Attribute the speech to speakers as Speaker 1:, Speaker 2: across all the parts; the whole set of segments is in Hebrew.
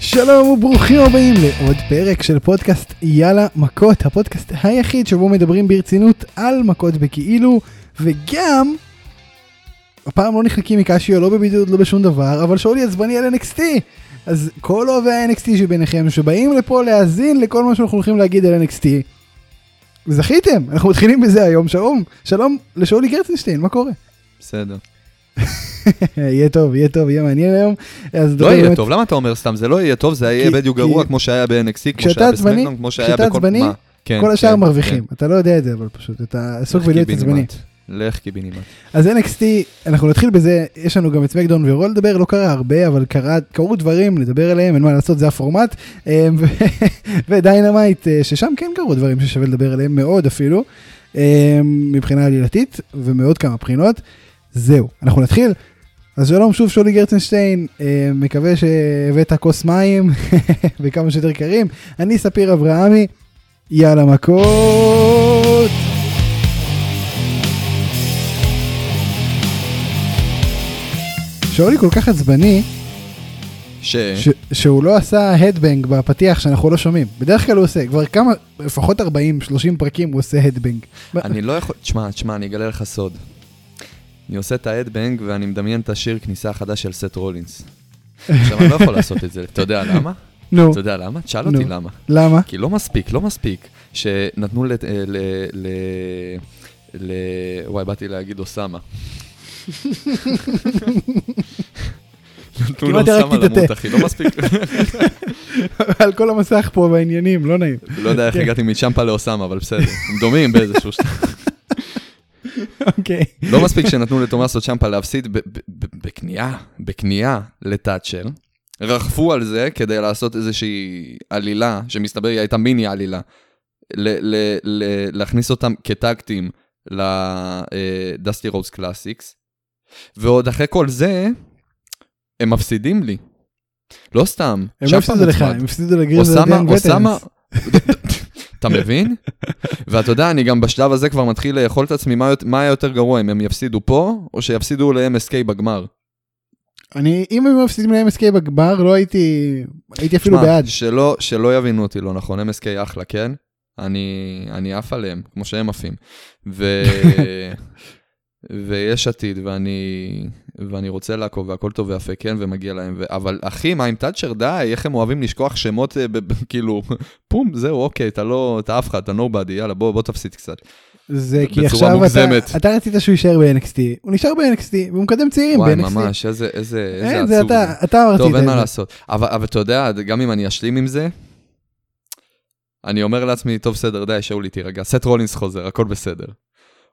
Speaker 1: שלום וברוכים הבאים לעוד פרק של פודקאסט יאללה מכות, הפודקאסט היחיד שבו מדברים ברצינות על מכות בכאילו, וגם, הפעם לא נחלקים מקשיו, לא בבידוד, לא בשום דבר, אבל שאולי עצבני על NXT. אז כל אוהבי ה-NXT שביניכם, שבאים לפה להאזין לכל מה שאנחנו הולכים להגיד על NXT, זכיתם, אנחנו מתחילים בזה היום, שלום, שלום לשאולי גרצנשטיין, מה קורה?
Speaker 2: בסדר.
Speaker 1: יהיה טוב, יהיה טוב, יהיה מעניין היום. אז
Speaker 2: לא
Speaker 1: נדבר
Speaker 2: יהיה
Speaker 1: באמת-
Speaker 2: טוב, למה אתה אומר סתם? זה לא יהיה טוב, זה יהיה
Speaker 1: כי-
Speaker 2: בדיוק
Speaker 1: כי-
Speaker 2: גרוע, כמו שהיה ב-NXC, כמו
Speaker 1: כשאתה
Speaker 2: שהיה
Speaker 1: עצבני-
Speaker 2: בסמנדום, כמו שהיה
Speaker 1: כשאתה
Speaker 2: בכל...
Speaker 1: עצבני,
Speaker 2: מה? כן,
Speaker 1: כל השאר
Speaker 2: כן,
Speaker 1: מרוויחים,
Speaker 2: כן.
Speaker 1: אתה לא יודע את זה אבל פשוט, אתה עסוק
Speaker 2: לך
Speaker 1: בלהיות עצבני.
Speaker 2: קיבינימט. לך קיבינימט.
Speaker 1: אז NXT, אנחנו נתחיל בזה, יש לנו גם את סמקדאון ורול לדבר, לא קרה הרבה, אבל קרה, קרו דברים, נדבר עליהם, אין מה לעשות, זה הפורמט. אה, ו- ודיינמייט, אה, ששם כן קרו דברים ששווה לדבר עליהם, מאוד אפילו, אה, מבחינה עלילתית, ומעוד כמה בחינות. זהו, אנחנו נתחיל. אז שלום שוב שולי גרצנשטיין, אה, מקווה שהבאת כוס מים וכמה שיותר קרים. אני ספיר אברהמי, יאללה מכות. שאולי כל כך עצבני,
Speaker 2: ש...
Speaker 1: ש- שהוא לא עשה הדבנג בפתיח שאנחנו לא שומעים. בדרך כלל הוא עושה, כבר כמה, לפחות 40-30 פרקים הוא עושה הדבנג.
Speaker 2: אני לא יכול... תשמע, תשמע, אני אגלה לך סוד. אני עושה את ההדבנג ואני מדמיין את השיר כניסה החדש של סט רולינס. עכשיו, אני לא יכול לעשות את זה, אתה יודע למה?
Speaker 1: נו,
Speaker 2: אתה יודע למה? תשאל
Speaker 1: נו.
Speaker 2: אותי למה.
Speaker 1: למה?
Speaker 2: כי לא מספיק, לא מספיק, שנתנו ל... אה, ל... ל... ל... וואי, באתי להגיד אוסאמה. נתנו
Speaker 1: כמעט
Speaker 2: לאוסאמה
Speaker 1: הרגתי את
Speaker 2: למות,
Speaker 1: התה.
Speaker 2: אחי, לא מספיק.
Speaker 1: על כל המסך פה בעניינים, לא נעים.
Speaker 2: לא יודע איך הגעתי מצ'מפה לאוסאמה, אבל בסדר. הם דומים באיזשהו שלב.
Speaker 1: אוקיי.
Speaker 2: לא מספיק שנתנו לתומאסו צ'מפה להפסיד ב- ב- ב- בכניעה, בכניעה לתאצ'ר. רחפו על זה כדי לעשות איזושהי עלילה, שמסתבר היא הייתה מיני עלילה. ל- ל- ל- להכניס אותם כטקטים אה, לדסטי רוז קלאסיקס. ועוד אחרי כל זה, הם מפסידים לי. לא סתם,
Speaker 1: הם לא
Speaker 2: צ'מפה
Speaker 1: הפסידו לך,
Speaker 2: מוצמד.
Speaker 1: הם הפסידו לגריז
Speaker 2: אוסאמה, אוסאמה, אתה מבין? ואתה יודע, אני גם בשלב הזה כבר מתחיל לאכול את עצמי, מה יות- מה היה יותר גרוע, אם הם יפסידו פה, או שיפסידו ל-MSK בגמר?
Speaker 1: אני, אם הם מפסידים ל-MSK בגמר, לא הייתי, הייתי אפילו
Speaker 2: שמע,
Speaker 1: בעד.
Speaker 2: שלא, שלא יבינו אותי לא נכון, MSK אחלה, כן? אני, אני עף עליהם, כמו שהם עפים. ו... ויש עתיד, ואני, ואני רוצה לעקוב, והכל טוב ויפה, כן, ומגיע להם. ו... אבל אחי, מה עם תאצ'ר, די, איך הם אוהבים לשכוח שמות, אה, ב- ב- כאילו, פום, זהו, אוקיי, אתה לא, אתה אף אחד, אתה נובדי, יאללה, בוא, בוא תפסיד קצת.
Speaker 1: זה כי
Speaker 2: בצורה
Speaker 1: עכשיו
Speaker 2: מוגזמת.
Speaker 1: אתה, אתה רצית שהוא יישאר ב-NXT, הוא נשאר ב-NXT, והוא מקדם צעירים
Speaker 2: וואי,
Speaker 1: ב-NXT.
Speaker 2: ממש, איזה, איזה,
Speaker 1: אין,
Speaker 2: איזה
Speaker 1: זה
Speaker 2: עצוב.
Speaker 1: אתה, אתה אמרת
Speaker 2: טוב,
Speaker 1: את
Speaker 2: אין מה
Speaker 1: זה.
Speaker 2: לעשות. אבל, אבל אתה יודע, גם אם אני אשלים עם זה, אני אומר לעצמי, טוב, בסדר, די, שאולי, תירגע. סט רולינס חוזר, הכל בסדר.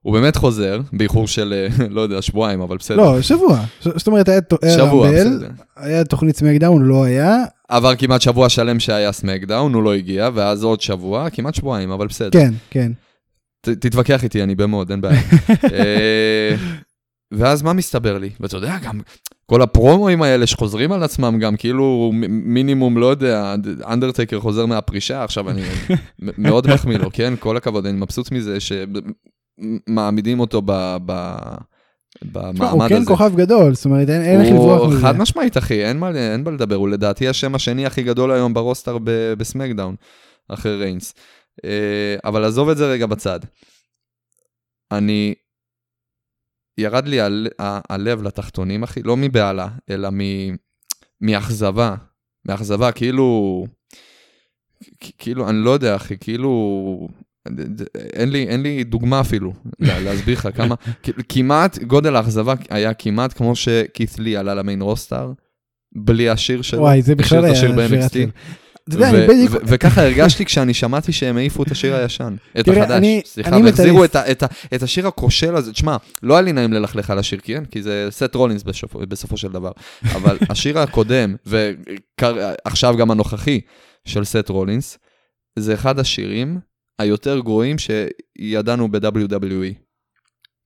Speaker 2: הוא באמת חוזר, באיחור של, אה, לא יודע, שבועיים, אבל בסדר.
Speaker 1: לא, שבוע. ש- זאת אומרת, היה ת- היה
Speaker 2: שבוע,
Speaker 1: רמבל,
Speaker 2: בסדר.
Speaker 1: היה תוכנית סמקדאון, לא היה,
Speaker 2: עבר כמעט שבוע שלם שהיה סמקדאון, הוא לא הגיע, ואז עוד שבוע, כמעט שבועיים, אבל בסדר.
Speaker 1: כן, כן.
Speaker 2: ת- תתווכח איתי, אני במוד, אין בעיה. אה, ואז מה מסתבר לי? ואתה יודע, גם כל הפרומואים האלה שחוזרים על עצמם, גם כאילו מ- מינימום, לא יודע, אנדרטקר חוזר מהפרישה, עכשיו אני מ- מאוד מחמיא לו, כן? כל הכבוד, אני מבסוט מזה שמעמידים אותו ב... ב...
Speaker 1: תשמע, הוא
Speaker 2: במעמד
Speaker 1: כן
Speaker 2: הזה.
Speaker 1: כוכב גדול, זאת אומרת, אין- אין איך לברוח
Speaker 2: הוא
Speaker 1: מזה.
Speaker 2: חד משמעית, אחי, אין מה אין מה לדבר, הוא לדעתי השם השני הכי גדול היום ברוסטר ב- בסמקדאון, אחרי ריינס. אה, אבל עזוב את זה רגע בצד. אני... ירד לי הל- ה- הלב לתחתונים, אחי, לא מבהלה, אלא מ... מאכזבה. מאכזבה, כאילו... כ- כאילו, אני לא יודע, אחי, כאילו... אין לי, אין לי דוגמה אפילו לה- להסביר לך כמה, כאילו, כמעט, גודל האכזבה היה כמעט כמו שכית' לי עלה למיין רוסטר, בלי השיר שלו.
Speaker 1: וואי, זה
Speaker 2: השאיר
Speaker 1: בכלל
Speaker 2: את
Speaker 1: היה
Speaker 2: השיר
Speaker 1: שבירת
Speaker 2: ב-NXT.
Speaker 1: לב. אתה יודע,
Speaker 2: ו-
Speaker 1: אני בדיוק...
Speaker 2: ו- וככה הרגשתי כשאני שמעתי שהם העיפו את השיר הישן, את
Speaker 1: תראה,
Speaker 2: החדש,
Speaker 1: אני-
Speaker 2: סליחה,
Speaker 1: אני
Speaker 2: והחזירו
Speaker 1: מטריף.
Speaker 2: את, ה- את, ה- את השיר הכושל הזה, תשמע, לא היה לי נעים ללכלך על השיר, כן? כי זה סט רולינס בשופ, בסופו של דבר, אבל השיר הקודם, ועכשיו גם הנוכחי של סט רולינס, זה אחד השירים היותר גרועים שידענו E. ב-WWE.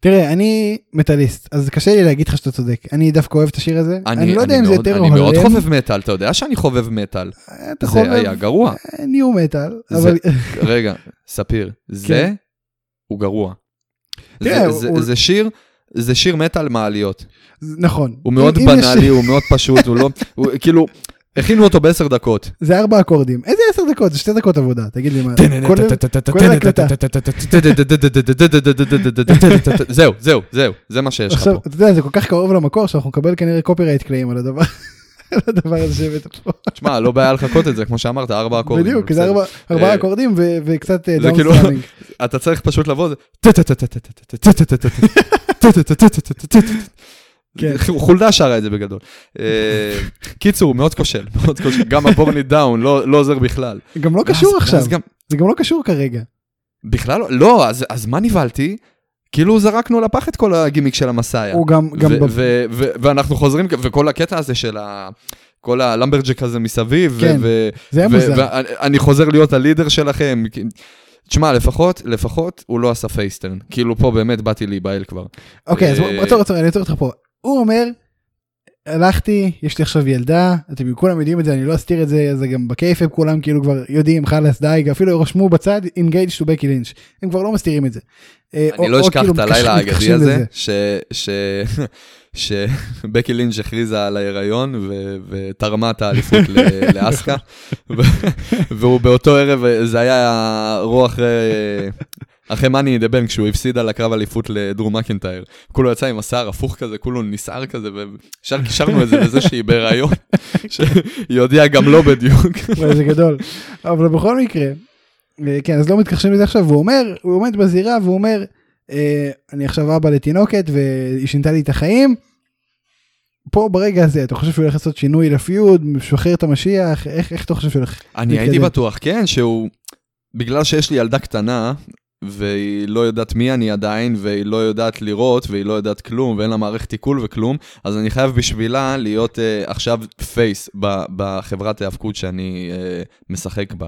Speaker 1: תראה, אני מטאליסט, אז קשה לי להגיד לך שאתה צודק. אני דווקא אוהב את השיר הזה. אני לא יודע אם זה
Speaker 2: מאוד-
Speaker 1: יותר
Speaker 2: אני מאוד
Speaker 1: הולם.
Speaker 2: חובב מטאל, אתה יודע שאני חובב מטאל.
Speaker 1: אתה חובב...
Speaker 2: זה היה גרוע.
Speaker 1: ניו מטאל,
Speaker 2: זה-
Speaker 1: אבל
Speaker 2: רגע, ספיר, זה,
Speaker 1: כן.
Speaker 2: הוא גרוע.
Speaker 1: תראה,
Speaker 2: זה- זה-
Speaker 1: הוא-
Speaker 2: זה שיר, זה שיר מטאל מעליות.
Speaker 1: נכון.
Speaker 2: הוא מאוד
Speaker 1: אם- אם יש-
Speaker 2: בנאלי, הוא מאוד פשוט, הוא לא, הוא- כאילו, הכינו אותו בעשר דקות.
Speaker 1: זה ארבע אקורדים. איזה עשר דקות? זה שתי דקות עבודה, תגיד לי מה. כולל- כולל הקלטה.
Speaker 2: זהו, זהו, זהו, זה מה שיש לך
Speaker 1: עכשיו,
Speaker 2: פה.
Speaker 1: אתה יודע, זה כל כך קרוב למקור, שאנחנו נקבל כנראה קופירייט קלעים על הדבר על הדבר הזה שהבאת פה.
Speaker 2: תשמע, לא בעיה לחכות את זה, כמו שאמרת, ארבע אקורדים.
Speaker 1: בדיוק,
Speaker 2: זה
Speaker 1: זה
Speaker 2: בסדר.
Speaker 1: ארבע- ארבעה
Speaker 2: אה,
Speaker 1: אקורדים ו- וקצת אה,
Speaker 2: זה כאילו-
Speaker 1: דאונסטרמינג.
Speaker 2: אתה צריך פשוט לבוא, זה...
Speaker 1: כן.
Speaker 2: חולדה שרה את זה בגדול. אה, קיצור, מאוד כושל, מאוד כושל. גם הבורני דאון, לא לא עוזר בכלל.
Speaker 1: גם לא קשור
Speaker 2: ואז-
Speaker 1: עכשיו,
Speaker 2: ואז גם-
Speaker 1: זה גם לא קשור כרגע.
Speaker 2: בכלל לא, לא, אז- אז מה נבהלתי? כאילו זרקנו לפח את כל הגימיק של המסאיה.
Speaker 1: הוא גם, גם,
Speaker 2: אה, ו-
Speaker 1: ב-
Speaker 2: ו- ו- ואנחנו חוזרים, וכל הקטע הזה של ה... כל הלמברג'ק הזה מסביב,
Speaker 1: כן,
Speaker 2: ו-
Speaker 1: זה היה
Speaker 2: ו-
Speaker 1: מוזר.
Speaker 2: ואני אני חוזר להיות הלידר שלכם. כי- תשמע, לפחות, לפחות הוא לא עשה פייסטרן. כאילו פה באמת באתי להיבהל כבר.
Speaker 1: אוקיי, אז בוא-
Speaker 2: אה,
Speaker 1: עצור, עצור, אני אעצור אותך פה. הוא אומר, הלכתי, יש לי עכשיו ילדה, אתם כולם יודעים את זה, אני לא אסתיר את זה, זה גם בכיף, הם כולם כאילו כבר יודעים, חלאס, די, אפילו רשמו בצד, engaged to בקי לינץ', הם כבר לא מסתירים את זה. אה, או-
Speaker 2: אני לא
Speaker 1: או
Speaker 2: אשכח
Speaker 1: כאילו
Speaker 2: את הלילה
Speaker 1: מתכחשים-
Speaker 2: האגדי
Speaker 1: מתכחשים
Speaker 2: הזה,
Speaker 1: לזה.
Speaker 2: שבקי לינג' הכריזה על ההיריון ו- ותרמה את האליפות ל- לאסקה, ו- והוא באותו ערב, אה, זה היה רוח אחרי מאני דה בנק, שהוא הפסיד על הקרב אליפות לדרום מקינטייר. כולו יצא עם השיער הפוך כזה, כולו נסער כזה, וישר קישרנו את זה לזה שהיא בהיריון, שהיא הודיעה גם לא בדיוק.
Speaker 1: וואי, זה גדול. אבל בכל מקרה, אה, כן, אז לא מתכחשים לזה עכשיו, הוא אומר, הוא עומד בזירה והוא אומר, אה, אני עכשיו אבא לתינוקת והיא שינתה לי את החיים. פה ברגע הזה, אתה חושב שהוא הולך לעשות שינוי לפיוד, משחרר את המשיח, איך, איך אתה חושב שהוא הולך?
Speaker 2: אני
Speaker 1: להתקדם.
Speaker 2: הייתי בטוח, כן, שהוא... בגלל שיש לי ילדה קטנה, והיא לא יודעת מי אני עדיין, והיא לא יודעת לראות, והיא לא יודעת כלום, ואין לה מערכת עיכול וכלום, אז אני חייב בשבילה להיות uh, עכשיו פייס ב- בחברת ההיאבקות שאני uh, משחק בה.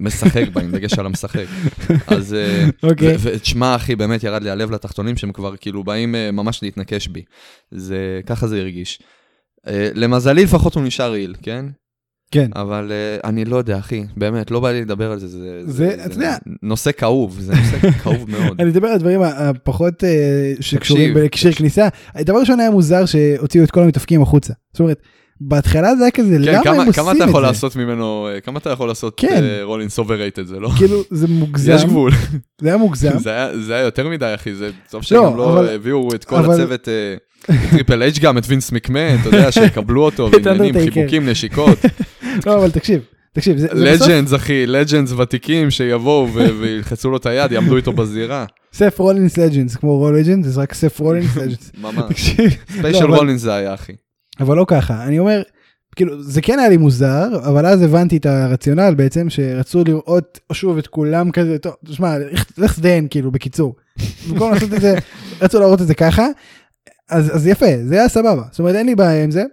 Speaker 2: משחק בה, עם דגש על המשחק. אז... Uh,
Speaker 1: אוקיי.
Speaker 2: ותשמע, אחי, באמת ירד לי הלב לתחתונים שהם כבר כאילו באים אה, ממש להתנקש בי. זה... ככה זה הרגיש. אה, למזלי, לפחות הוא נשאר רעיל, כן?
Speaker 1: כן.
Speaker 2: אבל אה, אני לא יודע, אחי, באמת, לא בא לי לדבר על זה. זה,
Speaker 1: זה, אתה יודע-
Speaker 2: נושא כאוב, זה נושא כאוב מאוד.
Speaker 1: אני אדבר על הדברים ה- הפחות אה, שקשורים
Speaker 2: תקשיב,
Speaker 1: בהקשר כניסה. דבר ראשון היה מוזר שהוציאו את כל המתאפקים החוצה. זאת אומרת, בהתחלה זה היה כזה,
Speaker 2: כן,
Speaker 1: למה הם
Speaker 2: כמה,
Speaker 1: עושים את זה?
Speaker 2: כמה אתה יכול לעשות ממנו, אה, כמה אתה יכול לעשות
Speaker 1: כן.
Speaker 2: אה, רולינס אוברייטד זה, לא?
Speaker 1: כאילו, זה מוגזם,
Speaker 2: יש גבול.
Speaker 1: זה היה מוגזם.
Speaker 2: זה, היה, זה היה יותר מדי, אחי, זה טוב
Speaker 1: לא,
Speaker 2: שגם לא
Speaker 1: אבל-
Speaker 2: הביאו את כל
Speaker 1: אבל-
Speaker 2: הצוות, אה, את טריפל אייג' גם, את וינס מקמן, אתה יודע, שיקבלו אותו,
Speaker 1: את
Speaker 2: ועניינים,
Speaker 1: אנדרטייקר.
Speaker 2: חיבוקים, נשיקות.
Speaker 1: לא, אבל תקשיב, תקשיב, זה, זה בסוף
Speaker 2: לג'נדס, אחי, לג'נדס ותיקים שיבואו ו- וילחצו לו את היד, יעמדו איתו בזירה.
Speaker 1: סף רולינס לג'נדס, כמו רול לג'נדס, זה רק סף רולינס לג'נדס.
Speaker 2: ממש.
Speaker 1: תקשיב, לא,
Speaker 2: ספיישל
Speaker 1: אבל-
Speaker 2: רולינס זה היה, אחי.
Speaker 1: אבל לא ככה, אני אומר, כאילו, זה כן היה לי מוזר, אבל אז הבנתי את הרציונל בעצם, שרצו לראות שוב את כולם כזה, טוב, תשמע, לך- לך זדיין, כאילו, בקיצור. במקום לעשות את זה, רצו להראות את זה ככה, אז, אז יפה, זה היה סבבה. זאת אומרת, אין לי בעיה עם זה.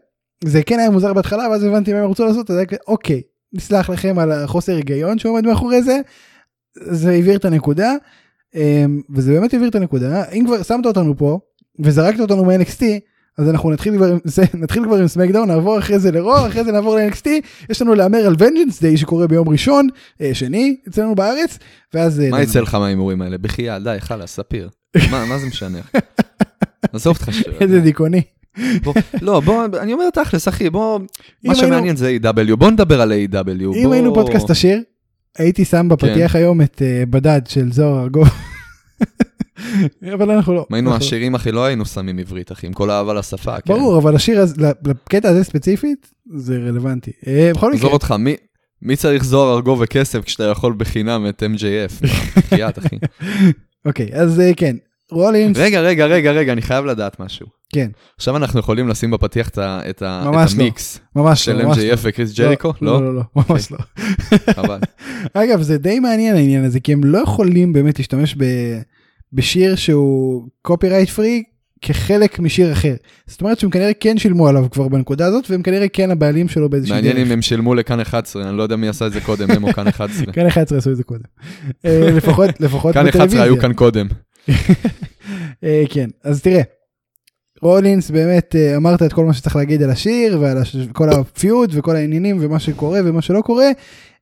Speaker 1: זה כן היה מוזר בהתחלה, ואז הבנתי מה הם רצו לעשות, אז היה כזה, אוקיי, נסלח לכם על החוסר היגיון שעומד מאחורי זה. זה הבהיר את הנקודה, אמ, וזה באמת הבהיר את הנקודה. אם כבר שמת אותנו פה, וזרקת אותנו מ-NXT, אז אנחנו נתחיל כבר עם זה, נתחיל כבר עם סמקדאון, נעבור אחרי זה לרוע, אחרי זה נעבור ל-NXT, יש לנו להמר על ונג'נס דיי שקורה ביום ראשון, אה, שני, אצלנו בארץ, ואז... אה,
Speaker 2: מה
Speaker 1: נדבר.
Speaker 2: יצא לך מההימורים האלה? בחייאה, די, חלאס, ספיר. מה, מה זה משנה? אחי? עזוב אותך שטויות.
Speaker 1: איזה דיכאוני.
Speaker 2: בוא- לא, בוא, אני אומר תכלס, אחי, בוא,
Speaker 1: אם
Speaker 2: מה שמעניין זה A.W. בוא נדבר על A.W.
Speaker 1: אם היינו פודקאסט עשיר, הייתי שם
Speaker 2: כן.
Speaker 1: בפתיח היום את אה, בדד של זוהר ארגוב. אבל אנחנו לא.
Speaker 2: אם היינו
Speaker 1: אנחנו-
Speaker 2: עשירים, אחי, לא היינו שמים עברית, אחי, עם כל האהבה לשפה, כן.
Speaker 1: ברור, אבל השיר הזה, לקטע הזה ספציפית, זה רלוונטי. אה, בכל מקרה,
Speaker 2: עזוב אותך, מי... מי צריך זוהר, ארגוב וכסף כשאתה יכול בחינם את MJF? בחייאת, אחי.
Speaker 1: אוקיי, אז אה, כן, רולינס,
Speaker 2: רגע, רגע, רגע, רגע, אני חייב לדעת משהו.
Speaker 1: כן.
Speaker 2: עכשיו אנחנו יכולים לשים בפתיח את ה- את ה- את
Speaker 1: ממש לא.
Speaker 2: המיקס
Speaker 1: ממש
Speaker 2: של
Speaker 1: לא, ממש
Speaker 2: MJF וקריס ג'ריקו?
Speaker 1: לא,
Speaker 2: לא?
Speaker 1: לא, לא, ממש לא.
Speaker 2: חבל.
Speaker 1: אגב, זה די מעניין העניין הזה, כי הם לא יכולים באמת להשתמש ב... בשיר שהוא copyright free כחלק משיר אחר. זאת אומרת שהם כנראה כן שילמו עליו כבר בנקודה הזאת, והם כנראה כן הבעלים שלו באיזושהי דרך.
Speaker 2: מעניין אם הם שילמו לכאן 11, אני לא יודע מי עשה את זה קודם, הם או כאן 11.
Speaker 1: כאן 11 כן, עשו את זה קודם. אה, לפחות, לפחות
Speaker 2: כן, כאן 11
Speaker 1: בטלוויזיה.
Speaker 2: היו כאן קודם.
Speaker 1: אה, כן, אז תראה. רולינס באמת אה, אמרת את כל מה שצריך להגיד על השיר ועל הש... כל הפיוד וכל העניינים ומה שקורה ומה שלא קורה.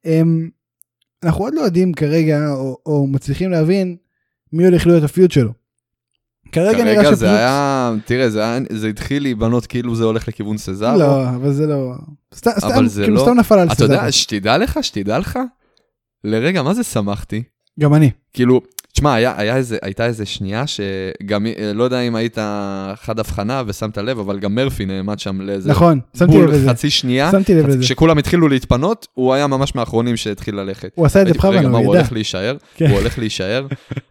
Speaker 1: אמ, אנחנו עוד לא יודעים כרגע או, או מצליחים להבין מי הולך להיות הפיוד שלו. כרגע, נראה
Speaker 2: כרגע
Speaker 1: שפשוט...
Speaker 2: זה היה, תראה, זה היה- זה התחיל להיבנות כאילו זה הולך לכיוון סזארו.
Speaker 1: לא, אבל זה לא... סת-
Speaker 2: אבל
Speaker 1: סתם,
Speaker 2: זה
Speaker 1: כאילו
Speaker 2: לא-
Speaker 1: סתם נפל על
Speaker 2: אתה
Speaker 1: סזארה.
Speaker 2: יודע, שתדע לך, שתדע לך, לרגע, מה זה שמחתי?
Speaker 1: גם אני.
Speaker 2: כאילו, תשמע, היה, היה איזה, הייתה איזה שנייה שגם, אה, לא יודע אם היית חד הבחנה ושמת לב, אבל גם מרפי נעמד שם לאיזה
Speaker 1: נכון, שמתי לב
Speaker 2: בול
Speaker 1: לזה.
Speaker 2: חצי שנייה.
Speaker 1: שמתי לב
Speaker 2: חצי-
Speaker 1: לזה.
Speaker 2: כשכולם התחילו להתפנות, הוא היה ממש מהאחרונים שהתחיל ללכת.
Speaker 1: הוא עשה את זה
Speaker 2: הייתי, רגע,
Speaker 1: בכוונה,
Speaker 2: מה, הוא
Speaker 1: הוא ידע.
Speaker 2: הולך להישאר?
Speaker 1: כן.
Speaker 2: הוא הולך להישאר?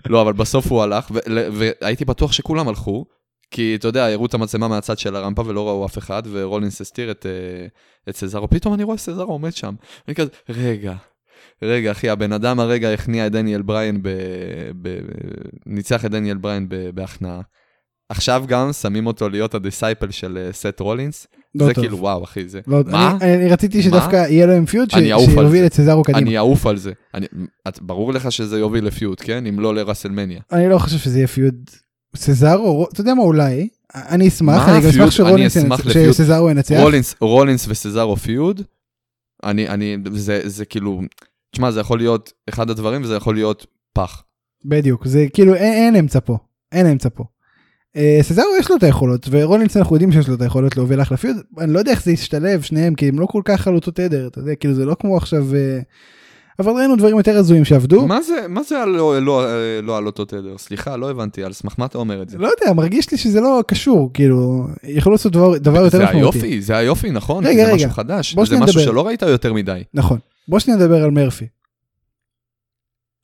Speaker 2: לא, אבל בסוף הוא הלך, ו- ל- והייתי בטוח שכולם הלכו, כי אתה יודע, הראו את המצלמה מהצד של הרמפה ולא ראו אף אחד, ורולינס הסתיר את, אה, את סזרו, פתאום אני רואה סזרו עומד שם. אני כזה, רגע, רגע, אחי, הבן אדם הרגע הכניע את דניאל בריין, ב... ב... ניצח את דניאל בריין ב... בהכנעה. עכשיו גם שמים אותו להיות הדיסייפל של אה, סט רולינס,
Speaker 1: לא
Speaker 2: זה
Speaker 1: טוב.
Speaker 2: כאילו וואו אחי זה,
Speaker 1: לא,
Speaker 2: מה?
Speaker 1: אני- אני רציתי שדווקא יהיה להם פיוד ש-
Speaker 2: אני אעוף על
Speaker 1: שיוביל
Speaker 2: זה.
Speaker 1: את סזארו קדימה.
Speaker 2: אני אעוף על זה, אני, את, ברור לך שזה יוביל לפיוט, כן? אם לא לרסלמניה.
Speaker 1: אני לא חושב שזה יהיה פיוד סזארו, אתה יודע מה אולי, אני
Speaker 2: מה
Speaker 1: אשמח, אני גם
Speaker 2: הפיוד?
Speaker 1: אשמח שרולינס
Speaker 2: אני
Speaker 1: ינצ-
Speaker 2: אשמח לפיוד.
Speaker 1: שסזארו ינצח.
Speaker 2: רולינס, רולינס וסזארו פיוד, אני, אני, זה, זה כאילו, תשמע, זה יכול להיות אחד הדברים וזה יכול להיות פח.
Speaker 1: בדיוק, זה כאילו אין, אין אמצע פה, אין אמצע פה. אה, סזארו יש לו את היכולות ורולינס אנחנו יודעים שיש לו את היכולות להוביל אחלה פיוד, אני לא יודע איך זה ישתלב שניהם כי הם לא כל כך על אותו תדר, אתה יודע, כאילו זה לא כמו עכשיו, אה, אבל ראינו דברים יותר הזויים שעבדו,
Speaker 2: מה זה, מה זה על, לא, לא, לא על אותו תדר? סליחה, לא הבנתי, על סמך מה אתה אומר את זה?
Speaker 1: לא יודע, מרגיש לי שזה לא קשור, כאילו, יכולו לעשות דבר, דבר לא, יותר
Speaker 2: זה
Speaker 1: משמעותי.
Speaker 2: היופי, זה היופי, נכון?
Speaker 1: רגע,
Speaker 2: זה
Speaker 1: רגע.
Speaker 2: משהו חדש,
Speaker 1: בוא
Speaker 2: זה
Speaker 1: שנייה
Speaker 2: משהו
Speaker 1: נדבר.
Speaker 2: שלא ראית יותר מדי.
Speaker 1: נכון, בוא שניה נדבר על מרפי.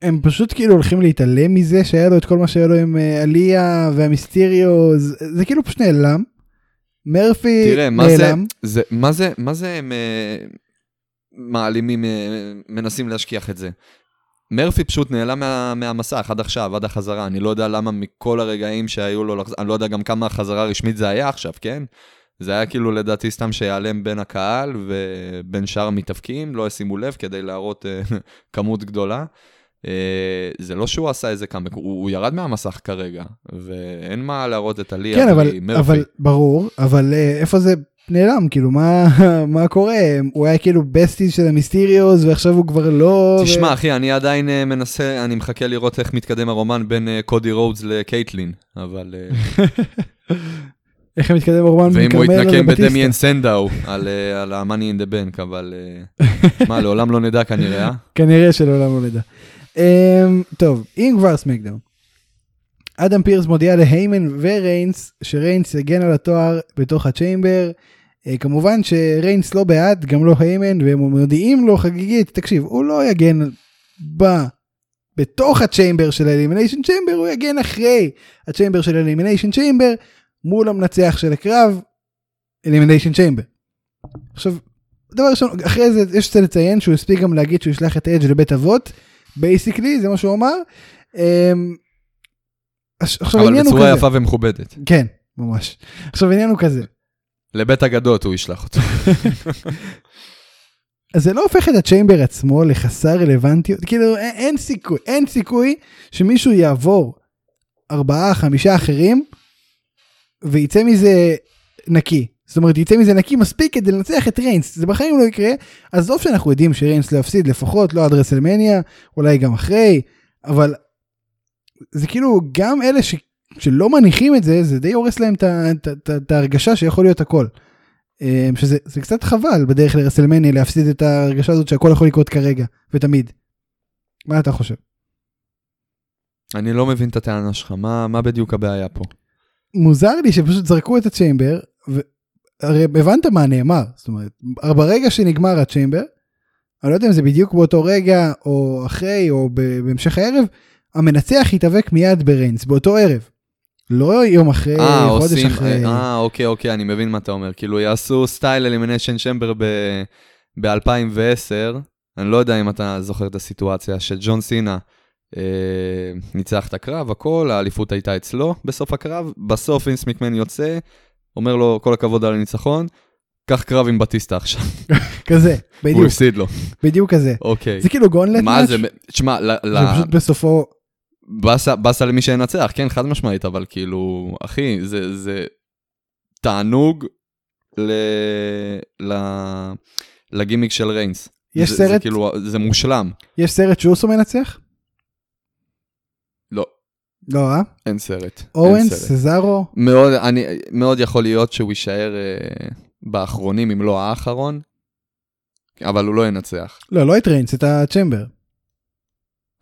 Speaker 1: הם פשוט כאילו הולכים להתעלם מזה שהיה לו את כל מה שהיה לו עם אה, עליה והמיסטיריו, זה, זה כאילו פשוט נעלם. מרפי
Speaker 2: תראה, מה זה-
Speaker 1: נעלם.
Speaker 2: זה, מה זה, מה זה הם אה, מעלימים, אה, מנסים להשכיח את זה? מרפי פשוט נעלם מה, מהמסך עד עכשיו, עד החזרה. אני לא יודע למה מכל הרגעים שהיו לו, לחז- אני לא יודע גם כמה החזרה רשמית זה היה עכשיו, כן? זה היה כאילו לדעתי סתם שיעלם בין הקהל ובין שאר המתאבקים, לא ישימו לב כדי להראות אה, כמות גדולה. אה, זה לא שהוא עשה איזה קאמק, הוא, הוא ירד מהמסך כרגע, ואין מה להראות את עליה,
Speaker 1: כן, אבל,
Speaker 2: כי מרפי.
Speaker 1: אבל ברור, אבל אה, איפה זה נעלם? כאילו, מה, מה קורה? הוא היה כאילו בסטיז של המיסטיריוס, ועכשיו הוא כבר לא...
Speaker 2: תשמע, אחי, אני עדיין אה, מנסה, אני מחכה לראות איך מתקדם הרומן בין אה, קודי רודס לקייטלין, אבל... אה,
Speaker 1: ו... איך מתקדם אורמן
Speaker 2: ואם
Speaker 1: נכון,
Speaker 2: הוא
Speaker 1: מכרמל
Speaker 2: יתנקם
Speaker 1: לבטיסטה?
Speaker 2: בדמיאן סנדאו על אה, על ה-Money in the Bank, אבל... אה, מה, לעולם לא נדע כנראה. אה?
Speaker 1: כנראה שלעולם לא נדע. אמ, טוב, אם כבר סמקדאון. אדם פירס מודיע להיימן וריינס שריינס יגן על התואר בתוך הצ'יימבר. אה, כמובן שריינס לא בעד, גם לא היימן, והם מודיעים לו חגיגית, תקשיב, הוא לא יגן ב... בתוך הצ'יימבר של האלימיניישן צ'יימבר, הוא יגן אחרי הצ'יימבר של האלימיניישן צ'יימבר, מול המנצח של הקרב, אלימיניישן צ'יימבר. עכשיו, דבר ראשון, אחרי זה יש לציין שהוא הספיק גם להגיד שהוא ישלח את אדג' לבית אבות, בייסיקלי, זה מה שהוא אמר. אמ, עש- עכשיו
Speaker 2: אבל
Speaker 1: העניין הוא
Speaker 2: בצורה
Speaker 1: כזה,
Speaker 2: יפה ומכובדת.
Speaker 1: כן, ממש. עכשיו העניין הוא כזה,
Speaker 2: לבית אגדות הוא ישלח אותו.
Speaker 1: אז זה לא הופך את הצ'יימבר עצמו לחסר רלוונטיות, כאילו אין, אין סיכוי, אין סיכוי שמישהו יעבור ארבעה, חמישה אחרים ויצא מזה נקי. זאת אומרת, יצא מזה נקי מספיק כדי לנצח את ריינס, זה בחיים לא יקרה. עזוב שאנחנו יודעים שריינס לא יפסיד, לפחות לא עד רסלמניה, אולי גם אחרי, אבל זה כאילו גם אלה ש... שלא מניחים את זה, זה די הורס להם את ה- את ה- את ה- את ההרגשה שיכול להיות הכל. אה, שזה זה קצת חבל בדרך לרסלמניה להפסיד את ההרגשה הזאת שהכל יכול לקרות כרגע ותמיד. מה אתה חושב?
Speaker 2: אני לא מבין את הטענה שלך, מה מה בדיוק הבעיה פה?
Speaker 1: מוזר לי שפשוט זרקו את הצ'יימבר, ו... הרי הבנת מה נאמר, זאת אומרת, ברגע שנגמר הצ'יימבר, אני לא יודע אם זה בדיוק באותו רגע או אחרי או ב- בהמשך הערב, המנצח יתאבק מיד בריינס באותו ערב. לא יום אחרי,
Speaker 2: אה,
Speaker 1: חודש
Speaker 2: עושים,
Speaker 1: אחרי.
Speaker 2: אה, אוקיי, אוקיי, אני מבין מה אתה אומר. כאילו, יעשו סטייל אלימיניישן שמבר ב-2010, אני לא יודע אם אתה זוכר את הסיטואציה, שג'ון סינה אה, ניצח את הקרב, הכל, האליפות הייתה אצלו בסוף הקרב, בסוף אינס מקמן יוצא, אומר לו, כל הכבוד על הניצחון, קח קרב עם בטיסטה עכשיו,
Speaker 1: כזה,
Speaker 2: הוא
Speaker 1: בדיוק,
Speaker 2: הפסיד לו,
Speaker 1: בדיוק כזה.
Speaker 2: אוקיי.
Speaker 1: זה כאילו גאון
Speaker 2: מה זה,
Speaker 1: זה
Speaker 2: תשמע, ל- ל-
Speaker 1: פשוט בסופו,
Speaker 2: באסה באסה למי שינצח, כן, חד משמעית, אבל כאילו, אחי, זה, זה תענוג ל... ל... לגימיק של ריינס.
Speaker 1: יש
Speaker 2: זה, זה
Speaker 1: סרט,
Speaker 2: כאילו, זה מושלם.
Speaker 1: יש סרט שאוסו מנצח?
Speaker 2: לא,
Speaker 1: לא, אה?
Speaker 2: אין סרט. אין
Speaker 1: אורנס,
Speaker 2: סרט.
Speaker 1: סזארו,
Speaker 2: מאוד, אני, מאוד יכול להיות שהוא יישאר אה, באחרונים, אם לא האחרון, אבל הוא לא ינצח.
Speaker 1: לא, לא את ריינס, את הצ'מבר.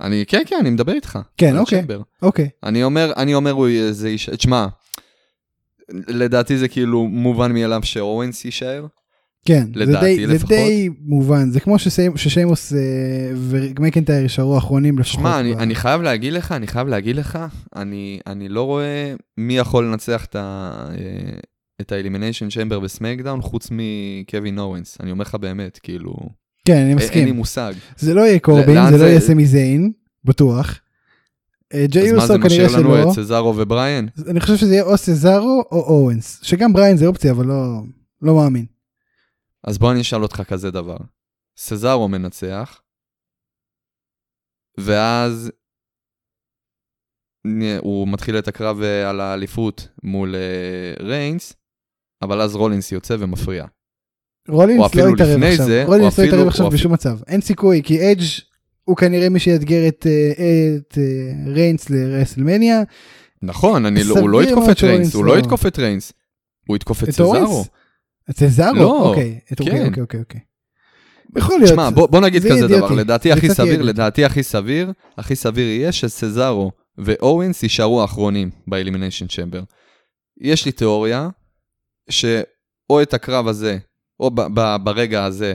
Speaker 2: אני, כן, כן, אני מדבר איתך.
Speaker 1: כן,
Speaker 2: על
Speaker 1: אוקיי,
Speaker 2: צ'מבר.
Speaker 1: אוקיי.
Speaker 2: אני אומר, אני אומר, הוא יהיה- זה יישאר, תשמע, לדעתי זה כאילו מובן מאליו שאורנס יישאר.
Speaker 1: כן, זה
Speaker 2: לדעתי
Speaker 1: די- זה
Speaker 2: לפחות.
Speaker 1: די מובן, זה כמו שסי- ששיימוס אה, ומקנטייר יישארו האחרונים לפחות.
Speaker 2: שמע, אני,
Speaker 1: ב-
Speaker 2: אני חייב להגיד לך, אני חייב להגיד לך, אני, אני לא רואה מי יכול לנצח את ה... אה, את האלימיניישן צ'מבר בסמקדאון חוץ מקווין אורנס, אני אומר לך באמת, כאילו,
Speaker 1: כן, אני
Speaker 2: אין, אין לי
Speaker 1: מסכים.
Speaker 2: מושג.
Speaker 1: זה לא יהיה קורבין,
Speaker 2: אה, לאן
Speaker 1: זה לא
Speaker 2: זה-
Speaker 1: יהיה סמי זיין, בטוח. אה, ג'יי
Speaker 2: אז מה
Speaker 1: אוסו
Speaker 2: זה
Speaker 1: כנראה
Speaker 2: משאיר לנו
Speaker 1: שלא.
Speaker 2: את סזארו ובריאן?
Speaker 1: אני חושב שזה יהיה או סזארו או אורנס, שגם בריין זה אופציה, אבל לא- לא מאמין.
Speaker 2: אז בוא אני אשאל אותך כזה דבר. סזארו מנצח, ואז נ- הוא מתחיל את הקרב אה, על האליפות מול אה, ריינס, אבל אז רולינס יוצא ומפריע. או
Speaker 1: רולינס לא
Speaker 2: אפילו
Speaker 1: יתערב
Speaker 2: לפני
Speaker 1: עכשיו,
Speaker 2: זה, או
Speaker 1: רולינס לא
Speaker 2: אפילו-
Speaker 1: יתערב
Speaker 2: או
Speaker 1: עכשיו
Speaker 2: אפילו-
Speaker 1: בשום מצב, אין סיכוי כי אדג' הוא כנראה מי שיאתגר את אה, את, אה, ריינס לרסלמניה,
Speaker 2: נכון, אני לא, הוא
Speaker 1: סביר
Speaker 2: לא יתקוף
Speaker 1: מאוד
Speaker 2: את ריינס,
Speaker 1: שרולינס
Speaker 2: הוא
Speaker 1: לא.
Speaker 2: לא יתקוף את ריינס, הוא יתקוף את
Speaker 1: את אורנס,
Speaker 2: סזארו.
Speaker 1: את סזארו,
Speaker 2: לא,
Speaker 1: אוקיי, את- אוקיי,
Speaker 2: כן.
Speaker 1: אוקיי, אוקיי, אוקיי, יכול להיות,
Speaker 2: תשמע, בוא, בוא נגיד
Speaker 1: זה
Speaker 2: כזה
Speaker 1: אידיוטי.
Speaker 2: דבר, לדעתי
Speaker 1: זה
Speaker 2: הכי
Speaker 1: קצת
Speaker 2: סביר,
Speaker 1: אידיוטי.
Speaker 2: לדעתי הכי סביר, הכי סביר יהיה שסזארו ואורנס יישארו האחרונים באלימיניישן צ'מבר. יש לי תיאוריה, שאו את הקרב הזה, או ב- ב- ברגע הזה,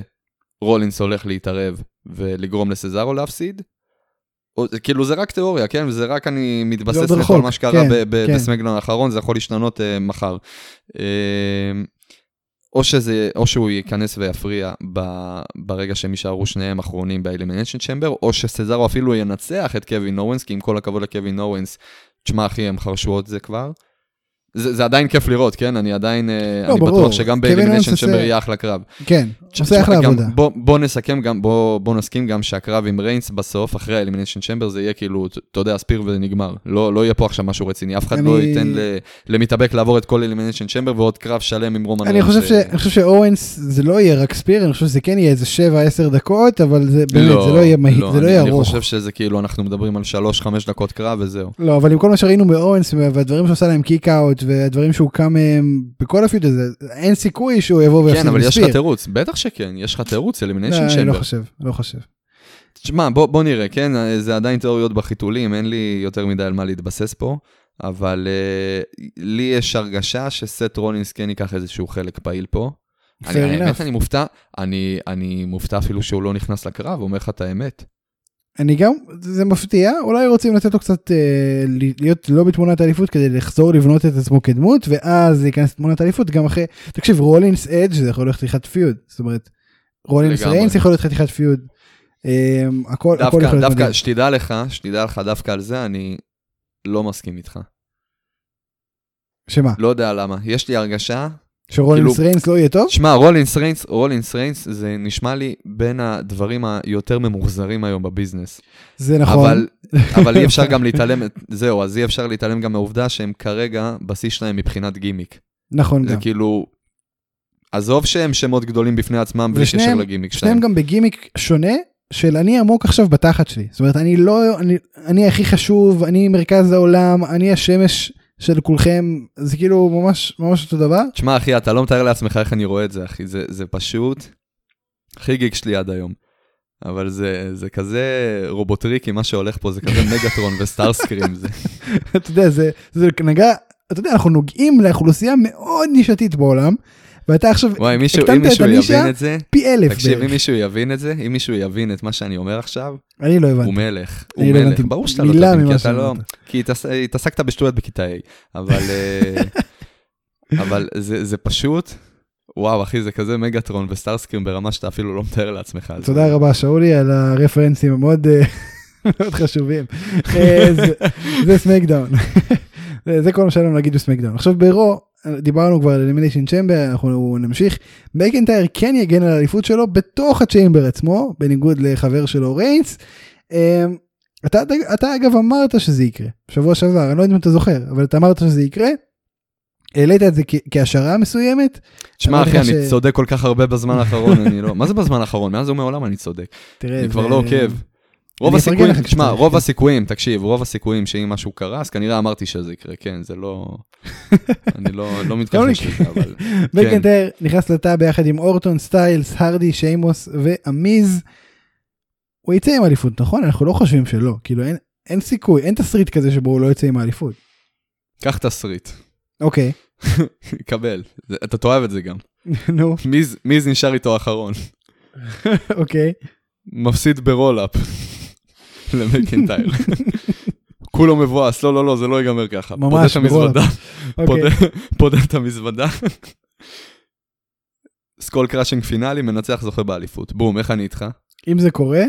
Speaker 2: רולינס הולך להתערב ולגרום לסזארו להפסיד. או, זה- כאילו זה רק תיאוריה, כן? וזה רק אני מתבסס
Speaker 1: עוד
Speaker 2: לכל
Speaker 1: רחוק,
Speaker 2: מה שקרה
Speaker 1: כן,
Speaker 2: ב- ב-
Speaker 1: כן.
Speaker 2: בסמקדאון האחרון, זה יכול להשתנות אה, מחר. אה, או, שזה, או שהוא ייכנס ויפריע ב, ברגע שהם יישארו שניהם אחרונים באלימיניישן צ'מבר, או שסזארו אפילו ינצח את קווין אורנס, כי עם כל הכבוד לקווין אורנס, תשמע אחי, הם חרשו את זה כבר. זה, זה עדיין כיף לראות, כן? אני עדיין, לא,
Speaker 1: לא,
Speaker 2: אני
Speaker 1: ברור.
Speaker 2: בטוח שגם
Speaker 1: קווין
Speaker 2: באלימיניישן
Speaker 1: אורנס
Speaker 2: צ'מבר
Speaker 1: עושה-
Speaker 2: יהיה אחלה קרב.
Speaker 1: כן, עושה
Speaker 2: תשמע,
Speaker 1: אחלה
Speaker 2: גם-
Speaker 1: עבודה,
Speaker 2: בוא, בוא נסכם גם, בוא, בוא נסכים גם שהקרב עם ריינס בסוף, אחרי האלימיניישן צ'מבר, זה יהיה כאילו, ת- אתה יודע, ספיר ונגמר. לא, לא יהיה פה עכשיו משהו רציני, אף אחד
Speaker 1: אני-
Speaker 2: לא ייתן ל- למתאבק לעבור את כל אלימיניישן צ'מבר ועוד קרב שלם עם רומן
Speaker 1: אני
Speaker 2: ריינס,
Speaker 1: חושב ש-
Speaker 2: אה,
Speaker 1: אני חושב שאורנס זה לא יהיה רק ספיר, אני חושב שזה כן יהיה איזה 7-10 דקות, אבל זה באמת, זה לא יהיה מהיר, זה לא
Speaker 2: אני-
Speaker 1: יהיה
Speaker 2: אני
Speaker 1: ארוך.
Speaker 2: חושב שזה כאילו, אנחנו מדברים על 3-5 דקות קרב וזהו.
Speaker 1: לא, אבל עם כל מה שראינו מאורנס והדברים שהוא עשה להם קיק אאוט והדברים שהוא קם מהם בכל הפיוט הזה, אין סיכוי שהוא יבוא ויפסיד
Speaker 2: כן, אבל יש
Speaker 1: לספיר.
Speaker 2: לך תירוץ, בטח שכן, יש לך תירוץ, אלימיניישן
Speaker 1: לא, אני לא
Speaker 2: צ'מבר.
Speaker 1: חושב, לא חושב.
Speaker 2: תשמע, בוא, בוא נראה, כן? זה עדיין תיאוריות בחיתולים, אין לי יותר מדי על מה להתבסס פה, אבל uh, לי יש הרגשה שסט רולינס כן ייקח איזשהו חלק פעיל פה.
Speaker 1: Fair
Speaker 2: אני, האמת,
Speaker 1: enough.
Speaker 2: אני מופתע, אני, אני מופתע אפילו שהוא לא נכנס לקרב, אומר לך את האמת.
Speaker 1: אני גם, זה מפתיע, אולי רוצים לתת לו קצת אה, להיות לא בתמונת האליפות כדי לחזור לבנות את עצמו כדמות, ואז להיכנס לתמונת האליפות גם אחרי, תקשיב, רולינס אדג' זה יכול להיות חתיכת פיוד, זאת אומרת, רולינס
Speaker 2: לגמרי.
Speaker 1: ריינס יכול להיות חתיכת פיוד, אה, הכל הכל יכול
Speaker 2: דווקא,
Speaker 1: להיות
Speaker 2: דווקא,
Speaker 1: מדהים.
Speaker 2: שתדע לך, שתדע לך דווקא על זה, אני לא מסכים איתך.
Speaker 1: שמה,
Speaker 2: לא יודע למה, יש לי הרגשה
Speaker 1: שרולינס
Speaker 2: כאילו-
Speaker 1: ריינס לא יהיה טוב?
Speaker 2: שמע, רולינס ריינס, רולינס ריינס זה נשמע לי בין הדברים היותר ממוחזרים היום בביזנס.
Speaker 1: זה נכון.
Speaker 2: אבל, אבל אי אפשר גם להתעלם, זהו, אז אי אפשר להתעלם גם מהעובדה שהם כרגע בשיא שלהם מבחינת גימיק.
Speaker 1: נכון
Speaker 2: זה
Speaker 1: גם.
Speaker 2: כאילו, עזוב שהם שמות גדולים בפני עצמם בלי קשר
Speaker 1: ושניהם-
Speaker 2: לגימיק שלהם.
Speaker 1: שניהם גם בגימיק שונה של אני עמוק עכשיו בתחת שלי. זאת אומרת, אני לא, אני, אני הכי חשוב, אני מרכז העולם, אני השמש של כולכם, זה כאילו ממש ממש אותו דבר.
Speaker 2: תשמע, אחי, אתה לא מתאר לעצמך איך אני רואה את זה, אחי, זה, זה פשוט הכי גיק שלי עד היום. אבל זה, זה כזה רובוטריקי, מה שהולך פה, זה כזה מגאטרון וסטארסקרים, זה
Speaker 1: אתה יודע, זה, זה נגע, אתה יודע, אנחנו נוגעים לאוכלוסייה מאוד נישתית בעולם, ואתה עכשיו
Speaker 2: וואי, מישהו,
Speaker 1: הקטנת
Speaker 2: אם
Speaker 1: את
Speaker 2: מישהו
Speaker 1: הנישה,
Speaker 2: יבין את זה,
Speaker 1: פי אלף
Speaker 2: תקשיב,
Speaker 1: בערך.
Speaker 2: אם מישהו יבין את זה, אם מישהו יבין את מה שאני אומר עכשיו,
Speaker 1: אני לא הבנתי.
Speaker 2: הוא מלך,
Speaker 1: אני
Speaker 2: הוא
Speaker 1: לא
Speaker 2: מלך,
Speaker 1: הבנתי
Speaker 2: ברור שאתה לא
Speaker 1: מילה
Speaker 2: תבין,
Speaker 1: ממה
Speaker 2: כי אתה לא,
Speaker 1: שאמרת.
Speaker 2: כי התעס- התעסקת בשטויות בכיתה A, אבל אה, אבל זה זה פשוט, וואו אחי, זה כזה מגאטרון וסטארסקרים ברמה שאתה אפילו לא מתאר לעצמך. אז-
Speaker 1: תודה רבה שאולי על הרפרנסים המאוד אה, מאוד חשובים. אה, זה- זה סמקדאון. זה- זה כל מה שהיה לנו להגיד בסמקדאון. עכשיו ברו, דיברנו כבר על אלימיניישן צ'מבר, אנחנו נמשיך. מקנטייר כן יגן על האליפות שלו בתוך הצ'יימבר עצמו, בניגוד לחבר שלו ריינס. אה, אתה, אתה אגב אמרת שזה יקרה, שבוע שעבר, אני לא יודע אם אתה זוכר, אבל אתה אמרת שזה יקרה. העלית את זה כ- כהשערה מסוימת,
Speaker 2: שמע
Speaker 1: אמרתי
Speaker 2: אחי,
Speaker 1: לך ש-
Speaker 2: אני צודק כל כך הרבה בזמן האחרון, אני לא, מה זה בזמן האחרון? מאז ומעולם אני צודק.
Speaker 1: תראה,
Speaker 2: אני
Speaker 1: כן, זה-
Speaker 2: כבר לא עוקב. רוב
Speaker 1: אני אפרגן
Speaker 2: הסיכויים,
Speaker 1: לך
Speaker 2: תשמע,
Speaker 1: כשצריך,
Speaker 2: רוב
Speaker 1: כן.
Speaker 2: הסיכויים, תקשיב, רוב הסיכויים שאם משהו קרה, אז כנראה אמרתי שזה יקרה, כן, זה לא... אני לא לא מתכחש
Speaker 1: יקרה.
Speaker 2: לזה, אבל...
Speaker 1: מקנטייר נכנס לתא ביחד עם אורטון, סטיילס, הרדי, שיימוס והמיז. הוא יצא עם אליפות, נכון? אנחנו לא חושבים שלא. כאילו אין, אין סיכוי, אין תסריט כזה שבו הוא לא יצא עם האליפות.
Speaker 2: קח תסריט,
Speaker 1: אוקיי,
Speaker 2: קבל. זה- אתה תאהב את זה גם.
Speaker 1: נו,
Speaker 2: מיז- מיז נשאר איתו אחרון.
Speaker 1: אוקיי.
Speaker 2: מפסיד ברולאפ למקנטייר. כולו מבואס, לא, לא, לא, זה לא ייגמר ככה.
Speaker 1: ממש,
Speaker 2: פודה את המזוודה,
Speaker 1: אוקיי.
Speaker 2: פודה- פודה את המזוודה. סקול קראשינג פינאלי, מנצח זוכה באליפות. בום, איך אני איתך?
Speaker 1: אם זה קורה,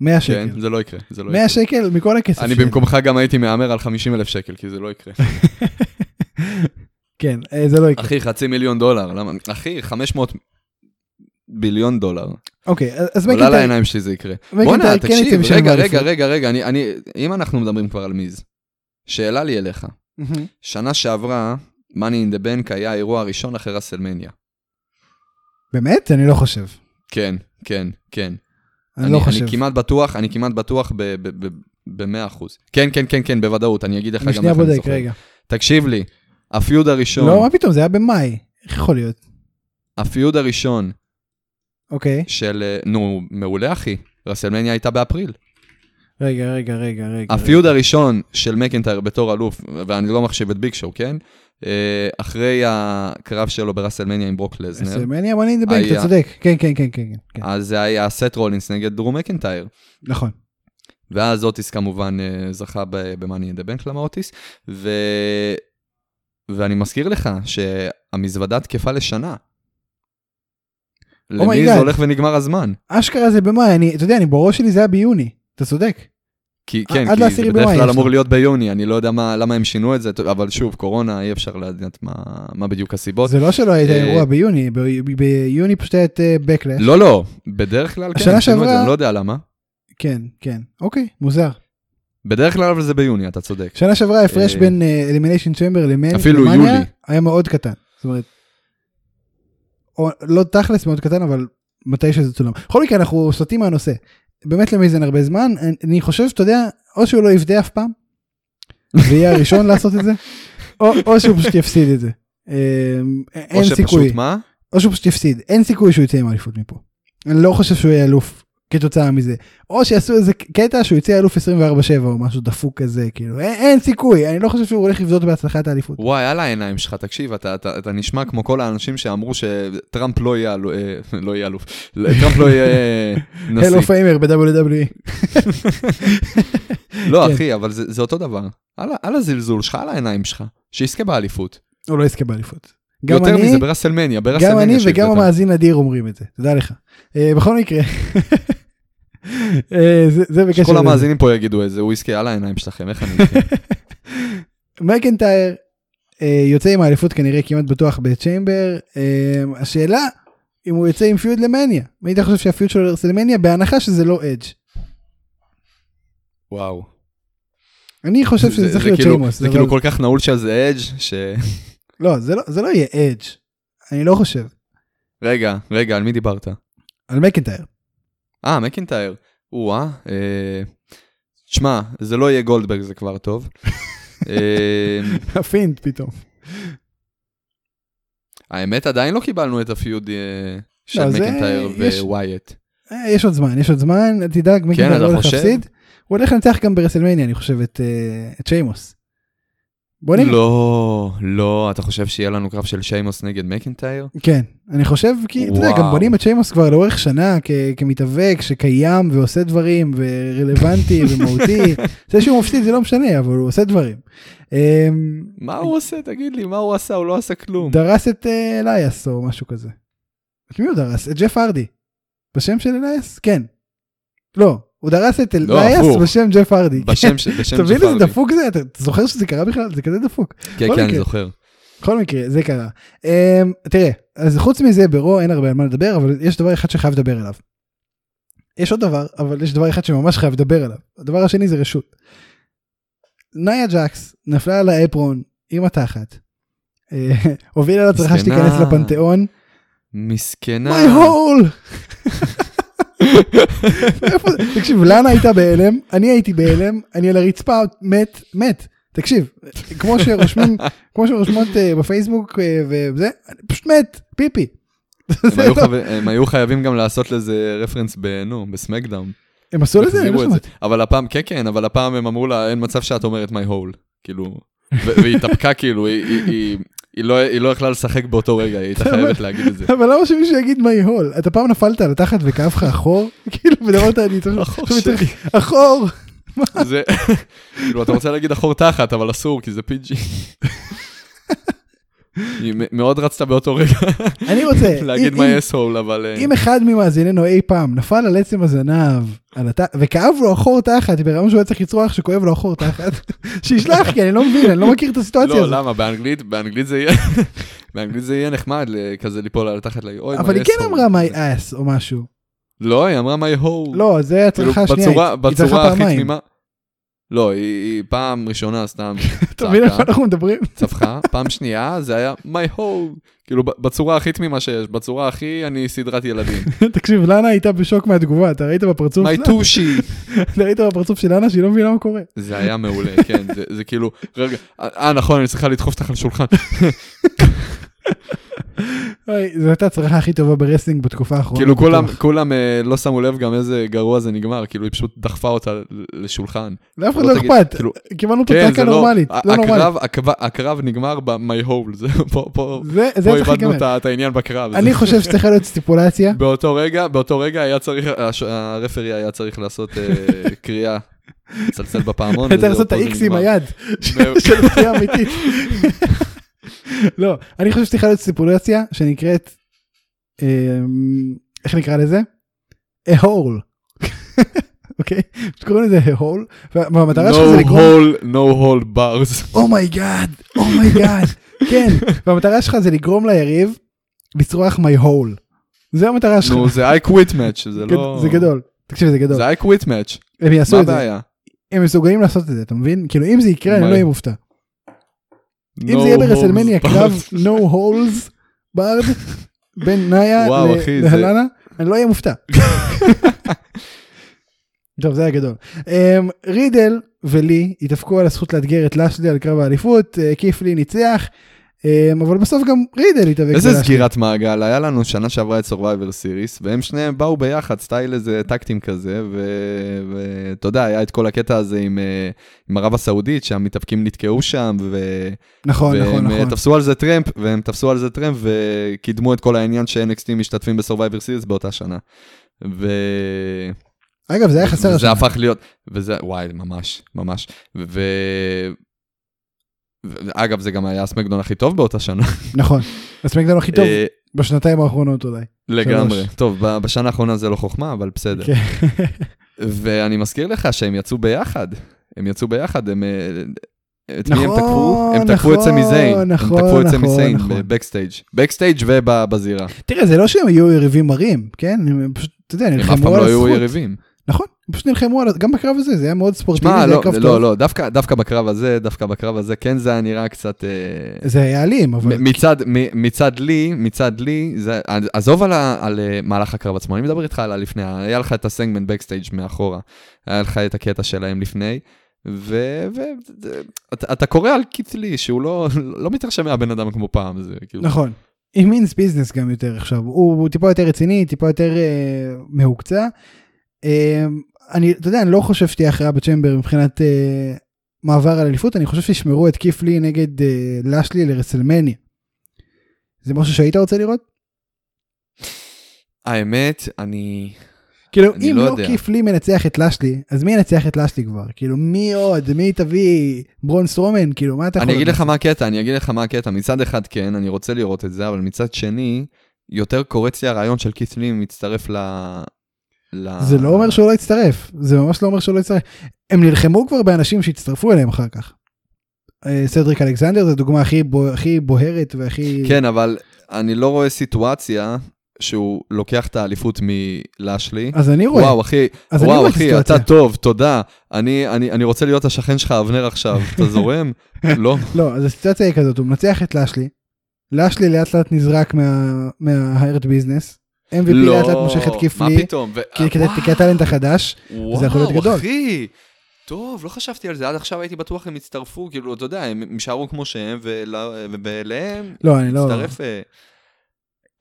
Speaker 1: 100 שקל.
Speaker 2: כן, זה לא יקרה, זה לא יקרה.
Speaker 1: 100 שקל מכל הכסף.
Speaker 2: אני
Speaker 1: שלי.
Speaker 2: במקומך גם הייתי מהמר על 50 אלף שקל, כי זה לא יקרה.
Speaker 1: אוקיי. כן, אה, זה לא יקרה.
Speaker 2: אחי, חצי מיליון דולר, למה? אחי, 500 ביליון דולר.
Speaker 1: אוקיי, אז- אז
Speaker 2: עולה
Speaker 1: מקנטייר
Speaker 2: לעיניים שלי זה יקרה.
Speaker 1: מקנטייר
Speaker 2: בואנה,
Speaker 1: כן יצא
Speaker 2: תקשיב,
Speaker 1: משם
Speaker 2: רגע,
Speaker 1: עם
Speaker 2: רגע,
Speaker 1: האליפות.
Speaker 2: רגע, רגע, אני, אני, אם אנחנו מדברים כבר על מיז, שאלה לי אליך.
Speaker 1: מהמם.
Speaker 2: שנה שעברה, money in the bank היה האירוע הראשון אחרי רסלמניה.
Speaker 1: באמת? אני לא חושב.
Speaker 2: כן, כן, כן.
Speaker 1: אני לא חושב.
Speaker 2: אני כמעט בטוח, אני כמעט בטוח ב... ב, ב במאה אחוז. כן, כן, כן, כן, בוודאות, אני אגיד לך גם
Speaker 1: אני
Speaker 2: איך
Speaker 1: שנייה
Speaker 2: אני זוכר.
Speaker 1: בודק, רגע.
Speaker 2: תקשיב לי, הפיוד הראשון,
Speaker 1: לא, מה פתאום, זה היה במאי. איך יכול להיות?
Speaker 2: הפיוד הראשון
Speaker 1: אוקיי.
Speaker 2: של, אה, נו, מעולה אחי, רסלמניה הייתה באפריל.
Speaker 1: רגע, רגע, רגע, רגע.
Speaker 2: הפיוד הראשון של מקנטייר בתור אלוף, ואני לא מחשיב את ביג שואו, כן? אה, אחרי הקרב שלו בראסלמניה עם ברוק לזנר,
Speaker 1: רסלמניה, אבל אני מדבר,
Speaker 2: היה- אה.
Speaker 1: אתה צודק. כן, כן, כן, כן, כן, כן.
Speaker 2: אז זה היה סט רולינס נגד דרום מקנטייר.
Speaker 1: נכון.
Speaker 2: ואז אוטיס כמובן אה, זכה במאני אנד הבנק למה אוטיס, ו... ואני מזכיר לך שהמזוודה תקפה לשנה.
Speaker 1: Oh my
Speaker 2: למי
Speaker 1: God.
Speaker 2: זה הולך ונגמר הזמן?
Speaker 1: אשכרה זה במאי, אני, אתה יודע, אני בראש שלי זה היה ביוני. אתה צודק.
Speaker 2: כי כן,
Speaker 1: אה, עד
Speaker 2: כי
Speaker 1: לעשירי
Speaker 2: זה בדרך
Speaker 1: במאי
Speaker 2: כלל
Speaker 1: יש
Speaker 2: אמור
Speaker 1: לה.
Speaker 2: להיות ביוני, אני לא יודע מה, למה הם שינו את זה, טוב, אבל שוב, קורונה, אי אפשר לדעת מה, מה בדיוק הסיבות.
Speaker 1: זה לא שלא היה
Speaker 2: אה,
Speaker 1: אירוע ביוני, ב- ב- ביוני פשוט היה את אה, בקלאש.
Speaker 2: לא, לא, בדרך כלל כן,
Speaker 1: השנה
Speaker 2: הם שינו את זה,
Speaker 1: שעברה-
Speaker 2: אני לא יודע למה.
Speaker 1: כן, כן. אוקיי, מוזר.
Speaker 2: בדרך כלל אבל זה ביוני, אתה צודק.
Speaker 1: שנה שעברה ההפרש
Speaker 2: אה,
Speaker 1: בין אלימיניישן צ'מבר למאניה
Speaker 2: אפילו יולי.
Speaker 1: היה מאוד קטן. זאת אומרת, או, לא תכלס מאוד קטן, אבל מתי שזה צולם. בכל מקרה, אנחנו סוטים מהנושא. באמת למייזן הרבה זמן, אני- אני חושב שאתה יודע, או שהוא לא יבדה אף פעם, ויהיה הראשון לעשות את זה, או, או שהוא פשוט יפסיד את זה. אה,
Speaker 2: או
Speaker 1: אין סיכוי.
Speaker 2: שפשוט מה?
Speaker 1: או שהוא פשוט יפסיד, אין סיכוי שהוא יצא עם אליפות מפה. אני לא חושב שהוא יהיה אלוף כתוצאה מזה. או שיעשו איזה קטע שהוא יצא אלוף 24-7 או משהו דפוק כזה, כאילו, אין, אין סיכוי, אני לא חושב שהוא הולך לבזות בהצלחה את האליפות.
Speaker 2: וואי, על העיניים שלך, תקשיב, אתה, אתה, אתה נשמע כמו כל האנשים שאמרו שטראמפ לא יהיה, אלו- אה, לא יהיה אלוף, טראמפ לא יהיה אה,
Speaker 1: הלו
Speaker 2: נשיא.
Speaker 1: פיימר ב-WWE.
Speaker 2: לא,
Speaker 1: כן.
Speaker 2: אחי, אבל זה, זה אותו דבר. על, ה- על הזלזול שלך, על העיניים שלך, שיזכה באליפות.
Speaker 1: הוא לא יזכה באליפות. גם
Speaker 2: יותר
Speaker 1: אני,
Speaker 2: מזה, ברסלמניה, ברסלמניה.
Speaker 1: גם אני
Speaker 2: שהבאת.
Speaker 1: וגם המאזין אדיר אומרים את זה, תדע לך. אה, בכל מקרה, אה, זה- זה בקשר
Speaker 2: כל
Speaker 1: לזה.
Speaker 2: המאזינים פה יגידו את זה, הוא יזכה על העיניים שלכם, איך אני... אזכה?
Speaker 1: מקנטייר אה, יוצא עם האליפות כנראה כמעט בטוח בצ'יימבר. אה, השאלה אם הוא יוצא עם פיוד למניה. מי אתה חושב שהפיוד שלו לרסלמניה בהנחה שזה לא אדג'.
Speaker 2: וואו.
Speaker 1: אני חושב שזה צריך להיות
Speaker 2: כאילו-
Speaker 1: שיימוס.
Speaker 2: זה
Speaker 1: אבל-
Speaker 2: כאילו כל כך נעול שזה אדג' ש...
Speaker 1: לא, זה לא- זה לא יהיה אדג'. אני לא חושב.
Speaker 2: רגע, רגע, על מי דיברת?
Speaker 1: על מקנטייר.
Speaker 2: אה, מקינטייר. או-אה. אה, תשמע, זה לא יהיה גולדברג, זה כבר טוב. אה,
Speaker 1: הפינט פתאום.
Speaker 2: האמת, עדיין לא קיבלנו את הפיוד אה, של
Speaker 1: לא, זה-
Speaker 2: מקינטייר
Speaker 1: יש-
Speaker 2: ווייט.
Speaker 1: אה, יש עוד זמן, יש עוד זמן, אל תדאג, מקנטייר
Speaker 2: כן, אתה
Speaker 1: לא הולך
Speaker 2: חושב?
Speaker 1: להפסיד. הוא הולך לנצח גם ברסלמניה, אני חושב, את אה, את שיימוס. בוא נראה.
Speaker 2: לא, לא, אתה חושב שיהיה לנו קרב של שיימוס נגד מקינטייר?
Speaker 1: כן, אני חושב כי, אתה יודע, גם
Speaker 2: וואו.
Speaker 1: בונים את שיימוס כבר לאורך שנה כ- כמתאבק שקיים ועושה דברים ורלוונטי ומהותי. זה שהוא מפסיד זה לא משנה, אבל הוא עושה דברים. אמ,
Speaker 2: מה הוא עושה? תגיד לי, מה הוא עשה? הוא לא עשה כלום.
Speaker 1: דרס את אה, אלייס או משהו כזה. את מי הוא דרס? את ג'ף הרדי. בשם של אלייס? כן. לא, הוא דרס את
Speaker 2: לא,
Speaker 1: אלייס
Speaker 2: הפוך.
Speaker 1: בשם ג'ף הרדי.
Speaker 2: בשם ש- בשם
Speaker 1: תבין
Speaker 2: ג'פרדי.
Speaker 1: איזה דפוק זה, אתה אתה זוכר שזה קרה בכלל? זה כזה דפוק.
Speaker 2: כן,
Speaker 1: בכל
Speaker 2: כן, אני
Speaker 1: מקרה.
Speaker 2: זוכר.
Speaker 1: בכל מקרה זה קרה. אמ, תראה אז חוץ מזה ברו אין הרבה על מה לדבר אבל יש דבר אחד שחייב לדבר עליו. יש עוד דבר אבל יש דבר אחד שממש חייב לדבר עליו. הדבר השני זה רשות. נאיה ג'קס נפלה על האפרון עם התחת. אה, הובילה להצלחה
Speaker 2: מסכנה.
Speaker 1: שתיכנס לפנתיאון.
Speaker 2: מסכנה.
Speaker 1: my hole. איפה זה? תקשיב, לאנה הייתה בהלם, אני הייתי בהלם, אני על הרצפה, מת, מת. תקשיב, כמו שרושמים, כמו שרושמות אה, בפייסבוק אה, וזה, אני פשוט מת, פיפי.
Speaker 2: הם
Speaker 1: לא-
Speaker 2: היו חב- הם היו חייבים גם לעשות לזה רפרנס בנו, בסמקדאון.
Speaker 1: הם עשו לזה? אני
Speaker 2: החזירו
Speaker 1: לא
Speaker 2: את זה.
Speaker 1: שמעתי.
Speaker 2: אבל הפעם, כן, כן, אבל הפעם הם אמרו לה, אין מצב שאת אומרת my hole. כאילו, ו- והיא התאפקה כאילו, היא- היא- היא- היא לא- היא לא יכלה לשחק באותו רגע, היא הייתה חייבת להגיד את זה.
Speaker 1: אבל למה שמישהו יגיד מי הול? אתה פעם נפלת על התחת וכאב לך אחור? כאילו, ואמרת, אני צריך...
Speaker 2: החור
Speaker 1: עכשיו אני
Speaker 2: שלי.
Speaker 1: צריך- אחור!
Speaker 2: זה, כאילו, אתה רוצה להגיד אחור תחת, אבל אסור, כי זה פיג'י. היא מ- מאוד רצתה באותו רגע
Speaker 1: אני רוצה...
Speaker 2: להגיד
Speaker 1: אה, אם-
Speaker 2: my
Speaker 1: אם-
Speaker 2: asshole, אבל... אה,
Speaker 1: אם אחד ממאזיננו אי פעם נפל על עצם הזנב, על הת... וכאב לו החור תחת, ברמה שהוא היה צריך לצרוח שכואב לו החור תחת, שישלח, כי אני לא מבין, אני לא מכיר את הסיטואציה
Speaker 2: לא,
Speaker 1: הזאת.
Speaker 2: למה? באנגלית, באנגלית זה יהיה... באנגלית זה יהיה נחמד ל- כזה ליפול על התחת, להגיד, אוי, my
Speaker 1: אבל היא כן
Speaker 2: asshole."
Speaker 1: אמרה my ass או משהו.
Speaker 2: לא, היא אמרה my hole.
Speaker 1: לא, זה
Speaker 2: כאילו,
Speaker 1: הצרחה השנייה,
Speaker 2: בצורה-
Speaker 1: היא- היא צריכה
Speaker 2: בצורה הכי
Speaker 1: פעמיים.
Speaker 2: תמימה. לא, היא היא פעם ראשונה סתם
Speaker 1: אתה מבין על מה
Speaker 2: צעקה,
Speaker 1: אנחנו מדברים?
Speaker 2: צווחה, פעם שנייה זה היה my hole, כאילו ב- בצורה הכי תמימה שיש, בצורה הכי אני סדרת ילדים.
Speaker 1: תקשיב, לאנה הייתה בשוק מהתגובה, אתה ראית בפרצוף
Speaker 2: my
Speaker 1: שלה?
Speaker 2: tushy.
Speaker 1: אתה ראית בפרצוף של לאנה שהיא לא מבינה מה קורה.
Speaker 2: זה היה מעולה, כן, זה- זה כאילו, רגע, אה נכון, אני צריכה לדחוף אותך לשולחן.
Speaker 1: אוי, זו הייתה הצרחה הכי טובה ברסלינג בתקופה האחרונה.
Speaker 2: כאילו כולם,
Speaker 1: בטוח.
Speaker 2: כולם אה, לא שמו לב גם איזה גרוע זה נגמר, כאילו היא פשוט דחפה אותה ל- לשולחן.
Speaker 1: לאף אחד
Speaker 2: לא
Speaker 1: לא
Speaker 2: תגיד,
Speaker 1: אכפת,
Speaker 2: כאילו,
Speaker 1: קיבלנו
Speaker 2: כן,
Speaker 1: תוצאה
Speaker 2: זה לא,
Speaker 1: נורמלית,
Speaker 2: ה-
Speaker 1: לא נורמלית.
Speaker 2: הקרב- הקרב- הקרב נגמר ב-my hole, זה פה, פה,
Speaker 1: זה- זה
Speaker 2: פה
Speaker 1: צריך
Speaker 2: איבדנו
Speaker 1: להיגמר.
Speaker 2: את ה- את העניין בקרב. זה-
Speaker 1: אני חושב שצריכה להיות סטיפולציה.
Speaker 2: באותו רגע, באותו רגע היה צריך, הש- הרפרי היה צריך לעשות אה, קריאה, לצלצל בפעמון.
Speaker 1: אתה צריך
Speaker 2: וזהו,
Speaker 1: לעשות את
Speaker 2: פה נכון,
Speaker 1: האיקס
Speaker 2: זה
Speaker 1: עם
Speaker 2: נגמר.
Speaker 1: היד
Speaker 2: ו-
Speaker 1: של פגיעה אמיתית. לא, אני חושב שצריכה להיות סטיפולציה שנקראת, אמ, איך נקרא לזה? a hole. אוקיי? שקוראים לזה a hole, וה- והמטרה שלך זה
Speaker 2: No
Speaker 1: לגרום, Oh
Speaker 2: hole, no hole bars.
Speaker 1: אומייגאד, אומייגאד, Oh כן, והמטרה שלך זה לגרום ליריב לצרוח my hole. זה המטרה שלך.
Speaker 2: נו, זה I quit match, זה
Speaker 1: גד-
Speaker 2: לא...
Speaker 1: זה גדול. תקשיב, זה גדול.
Speaker 2: זה I quit match,
Speaker 1: הם
Speaker 2: מה
Speaker 1: יעשו את זה.
Speaker 2: הבעיה?
Speaker 1: הם מסוגלים לעשות את זה, אתה מבין? כאילו, אם זה יקרה, אני
Speaker 2: מה-
Speaker 1: לא אהיה מופתע. אם
Speaker 2: No
Speaker 1: זה יהיה
Speaker 2: holes
Speaker 1: ברסלמניה
Speaker 2: barred.
Speaker 1: קרב no holes ברד בין נאיה
Speaker 2: וואו,
Speaker 1: ל-
Speaker 2: אחי, זה-
Speaker 1: להלנה, אני לא אהיה מופתע. טוב זה היה גדול. אמ, רידל ולי התאבקו על הזכות לאתגר את לאשלי על קרב האליפות, אה, קיפלי ניצח, אמ, אבל בסוף גם רידל התאבק.
Speaker 2: איזה
Speaker 1: בלאשלי.
Speaker 2: סגירת מעגל, היה לנו שנה שעברה את Survivor Series, והם שניהם באו ביחד, סטייל איזה טקטים כזה, ו- ואתה יודע, היה את כל הקטע הזה עם, אה, עם ערב הסעודית, שהמתאבקים נתקעו שם, ו...
Speaker 1: נכון, נכון,
Speaker 2: והם אה,
Speaker 1: נכון.
Speaker 2: תפסו על זה טרמפ, והם תפסו על זה טרמפ וקידמו את כל העניין ש-NXT משתתפים בסורווייבר סיריס באותה שנה. ו...
Speaker 1: אגב זה היה חסר
Speaker 2: וזה
Speaker 1: השנה.
Speaker 2: הפך להיות, וזה, וואי, ממש, ממש. ו... ו- אגב, זה גם היה הסמקדון הכי טוב באותה שנה.
Speaker 1: נכון. הסמקדאון הכי טוב
Speaker 2: אה,
Speaker 1: בשנתיים האחרונות אולי.
Speaker 2: לגמרי. טוב, ב- בשנה האחרונה זה לא חוכמה, אבל בסדר.
Speaker 1: כן.
Speaker 2: ואני מזכיר לך שהם יצאו ביחד. הם יצאו ביחד, הם... אה, את מי הם
Speaker 1: נכון,
Speaker 2: תקפו? הם תקפו את
Speaker 1: נכון,
Speaker 2: סמי זיין. הם
Speaker 1: נכון,
Speaker 2: תקפו את
Speaker 1: נכון,
Speaker 2: סמי זיין
Speaker 1: נכון.
Speaker 2: בבקסטייג'. בקסטייג' ובזירה.
Speaker 1: תראה זה לא שהם היו יריבים מרים, כן? הם פשוט, אתה יודע,
Speaker 2: הם אף
Speaker 1: נלחמו
Speaker 2: פעם
Speaker 1: על
Speaker 2: לא היו
Speaker 1: הזכות.
Speaker 2: יריבים.
Speaker 1: נכון, הם פשוט נלחמו על, גם בקרב הזה, זה היה מאוד ספורטיבי,
Speaker 2: שמע,
Speaker 1: זה
Speaker 2: לא,
Speaker 1: היה קרב טוב.
Speaker 2: לא, לא, דווקא דווקא בקרב הזה, דווקא בקרב הזה, כן זה היה נראה קצת... אה,
Speaker 1: זה היה אלים, אבל
Speaker 2: מ- מצד, מ- מצד לי, מצד לי, זה, עזוב על, ה, על אה, מהלך הקרב עצמו, אני מדבר איתך על הלפני, היה לך את הסגמנט בקסטייג' מאחורה, היה לך את הקטע שלהם לפני, ואתה ו- זה- אתה- אתה קורא על קיט לי שהוא לא, לא מתרשם מהבן אדם כמו פעם, זה כאילו,
Speaker 1: נכון. It means business גם יותר עכשיו, הוא, הוא טיפה יותר רציני, טיפה יותר אה, מהוקצע. אה, אני, אתה יודע, אני לא חושב שתהיה הכרעה בצ'מבר מבחינת אה, מעבר על אליפות, אני חושב שישמרו את כיפלי נגד אה, לשלי לרסלמניה. זה משהו שהיית רוצה לראות?
Speaker 2: האמת, אני,
Speaker 1: כאילו,
Speaker 2: אני
Speaker 1: אם
Speaker 2: לא
Speaker 1: לא,
Speaker 2: יודע.
Speaker 1: כיפלי מנצח את לשלי, אז מי ינצח את לשלי כבר? כאילו, מי עוד? מי תביא? ברון סטרומן? כאילו, מה אתה יכול...
Speaker 2: אני אגיד
Speaker 1: לדעת?
Speaker 2: לך מה הקטע, אני אגיד לך מה הקטע. מצד אחד כן, אני רוצה לראות את זה, אבל מצד שני, יותר קורץ לי הרעיון של כית' לי מצטרף ל... ל...
Speaker 1: זה לא אומר שהוא לא יצטרף, זה ממש לא אומר שהוא לא יצטרף. הם נלחמו כבר באנשים שהצטרפו אליהם אחר כך. אה, סדריק אלכסנדר זו דוגמה הכי, בו, הכי בוהרת והכי...
Speaker 2: כן, אבל אני לא רואה סיטואציה שהוא לוקח את האליפות מלאשלי.
Speaker 1: אז אני רואה,
Speaker 2: וואו, אחי,
Speaker 1: אז אני
Speaker 2: וואו,
Speaker 1: רואה
Speaker 2: אחי,
Speaker 1: סיטואציה.
Speaker 2: אתה טוב, תודה. אני, אני, אני רוצה להיות השכן שלך, אבנר עכשיו. אתה זורם? לא.
Speaker 1: לא, אז הסיטואציה היא כזאת, הוא מנצח את לאשלי, לאשלי לאט לאט נזרק מה, מההיירד ביזנס, MVP לאט לאט מושך התקיף
Speaker 2: לא. מה
Speaker 1: לי,
Speaker 2: פתאום? אה, ו-
Speaker 1: כי- כי- כי אתה להם את החדש, וזה יכול להיות גדול.
Speaker 2: וואו, אחי, טוב, לא חשבתי על זה, עד עכשיו הייתי בטוח הם יצטרפו, כאילו, אתה יודע, הם הם יישארו כמו שהם, ולה- ואליהם
Speaker 1: לא, אני לא...
Speaker 2: יצטרף... אה,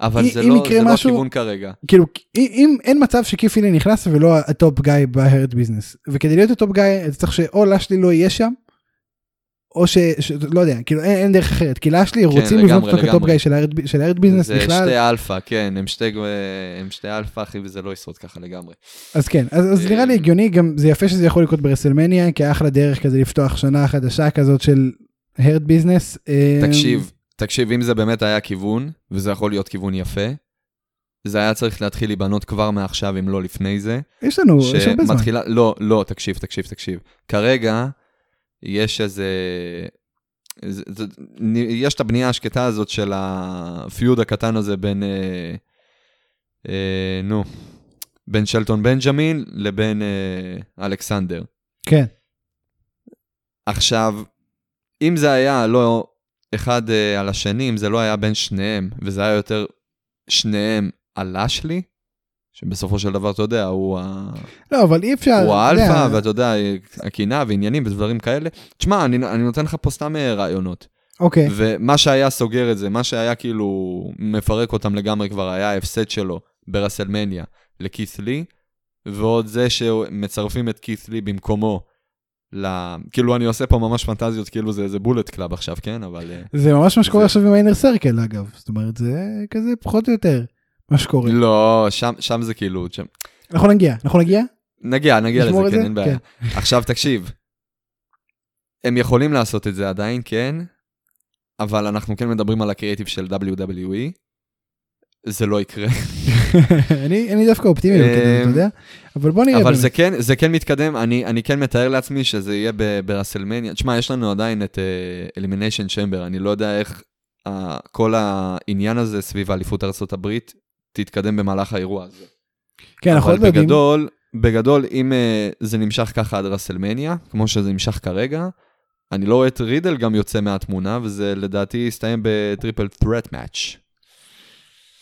Speaker 2: אבל
Speaker 1: אם-
Speaker 2: זה
Speaker 1: אם
Speaker 2: לא
Speaker 1: יקרה
Speaker 2: זה לא
Speaker 1: משהו-
Speaker 2: הכיוון כרגע.
Speaker 1: כאילו אם- אם אין מצב שקיפיני נכנס ולא הטופ גיא בהרד ביזנס וכדי להיות הטופ גיא אתה צריך שאו לאשלי לא יהיה שם. או ש... ש... לא יודע כאילו אין, אין דרך אחרת כי לאשלי רוצים לבנות
Speaker 2: כן, לגמרי,
Speaker 1: אותו כטופ
Speaker 2: לגמרי.
Speaker 1: גיא של ההרד ב- של ההרד ביזנס
Speaker 2: זה
Speaker 1: בכלל
Speaker 2: שתי אלפא, כן, הם שתי, הם שתי אלפא, אחי, וזה לא ישרוד ככה לגמרי.
Speaker 1: אז כן אז, אז נראה לי
Speaker 2: אה,
Speaker 1: הגיוני גם זה יפה שזה יכול לקרות ברסלמניה כי אחלה דרך כזה לפתוח שנה חדשה כזאת של הרד ביזנס. אה,
Speaker 2: תקשיב, תקשיב, אם זה באמת היה כיוון, וזה יכול להיות כיוון יפה, זה היה צריך להתחיל להיבנות כבר מעכשיו, אם לא לפני זה.
Speaker 1: יש לנו יש הרבה זמן.
Speaker 2: שמתחילה, לא, לא, תקשיב, תקשיב, תקשיב. כרגע, יש איזה... זה- זה- יש את הבנייה השקטה הזאת של הפיוד הקטן הזה בין, אה, אה, נו, בין שלטון בנג'מין לבין אה, אלכסנדר.
Speaker 1: כן
Speaker 2: עכשיו, אם זה היה לא אחד אה, על השני, אם זה לא היה בין שניהם, וזה היה יותר שניהם על אשלי, שבסופו של דבר, אתה יודע, הוא ה...
Speaker 1: לא אבל אי אפשר.
Speaker 2: הוא
Speaker 1: אתה יודע,
Speaker 2: האלפא, ואתה יודע, הקינה ועניינים ודברים כאלה. תשמע, אני, אני נותן לך פה סתם אה, רעיונות.
Speaker 1: אוקיי
Speaker 2: ומה שהיה סוגר את זה, מה שהיה כאילו מפרק אותם לגמרי כבר, היה ההפסד שלו ברסלמניה לכית' לי, ועוד זה שמצרפים את כית' לי במקומו. ל... כאילו, אני עושה פה ממש פנטזיות, כאילו זה איזה בולט קלאב עכשיו, כן? אבל... אה,
Speaker 1: זה ממש מה שקורה
Speaker 2: זה-
Speaker 1: עכשיו עם האינר סרקל אגב זאת אומרת זה כזה פחות או יותר מה שקורה
Speaker 2: לא, שם, שם זה כאילו... שם...
Speaker 1: אנחנו נגיע אנחנו נגיע
Speaker 2: נגיע, נגיע לזה,
Speaker 1: נשמור את
Speaker 2: כן,
Speaker 1: זה?
Speaker 2: אין בעיה. עכשיו תקשיב, הם יכולים לעשות את זה עדיין, כן, אבל אנחנו כן מדברים על הקריאיטיב של WWE, זה לא יקרה.
Speaker 1: אני אני דווקא אופטימי בקטע, אתה
Speaker 2: אמ,
Speaker 1: יודע אבל בוא נראה
Speaker 2: אבל זה
Speaker 1: באמת.
Speaker 2: כן, זה כן מתקדם, אני, אני כן מתאר לעצמי שזה יהיה ב- ברסלמניה. תשמע, יש לנו עדיין את uh, Elimination Chamber, אני לא יודע איך uh, כל העניין הזה סביב האליפות ארה"ב תתקדם במהלך האירוע הזה.
Speaker 1: כן אנחנו עוד
Speaker 2: אבל
Speaker 1: לא יודעים
Speaker 2: בגדול, בגדול, אם אה, זה נמשך ככה עד רסלמניה, כמו שזה נמשך כרגע, אני לא רואה את רידל גם יוצא מהתמונה, וזה לדעתי יסתיים בטריפל threat match.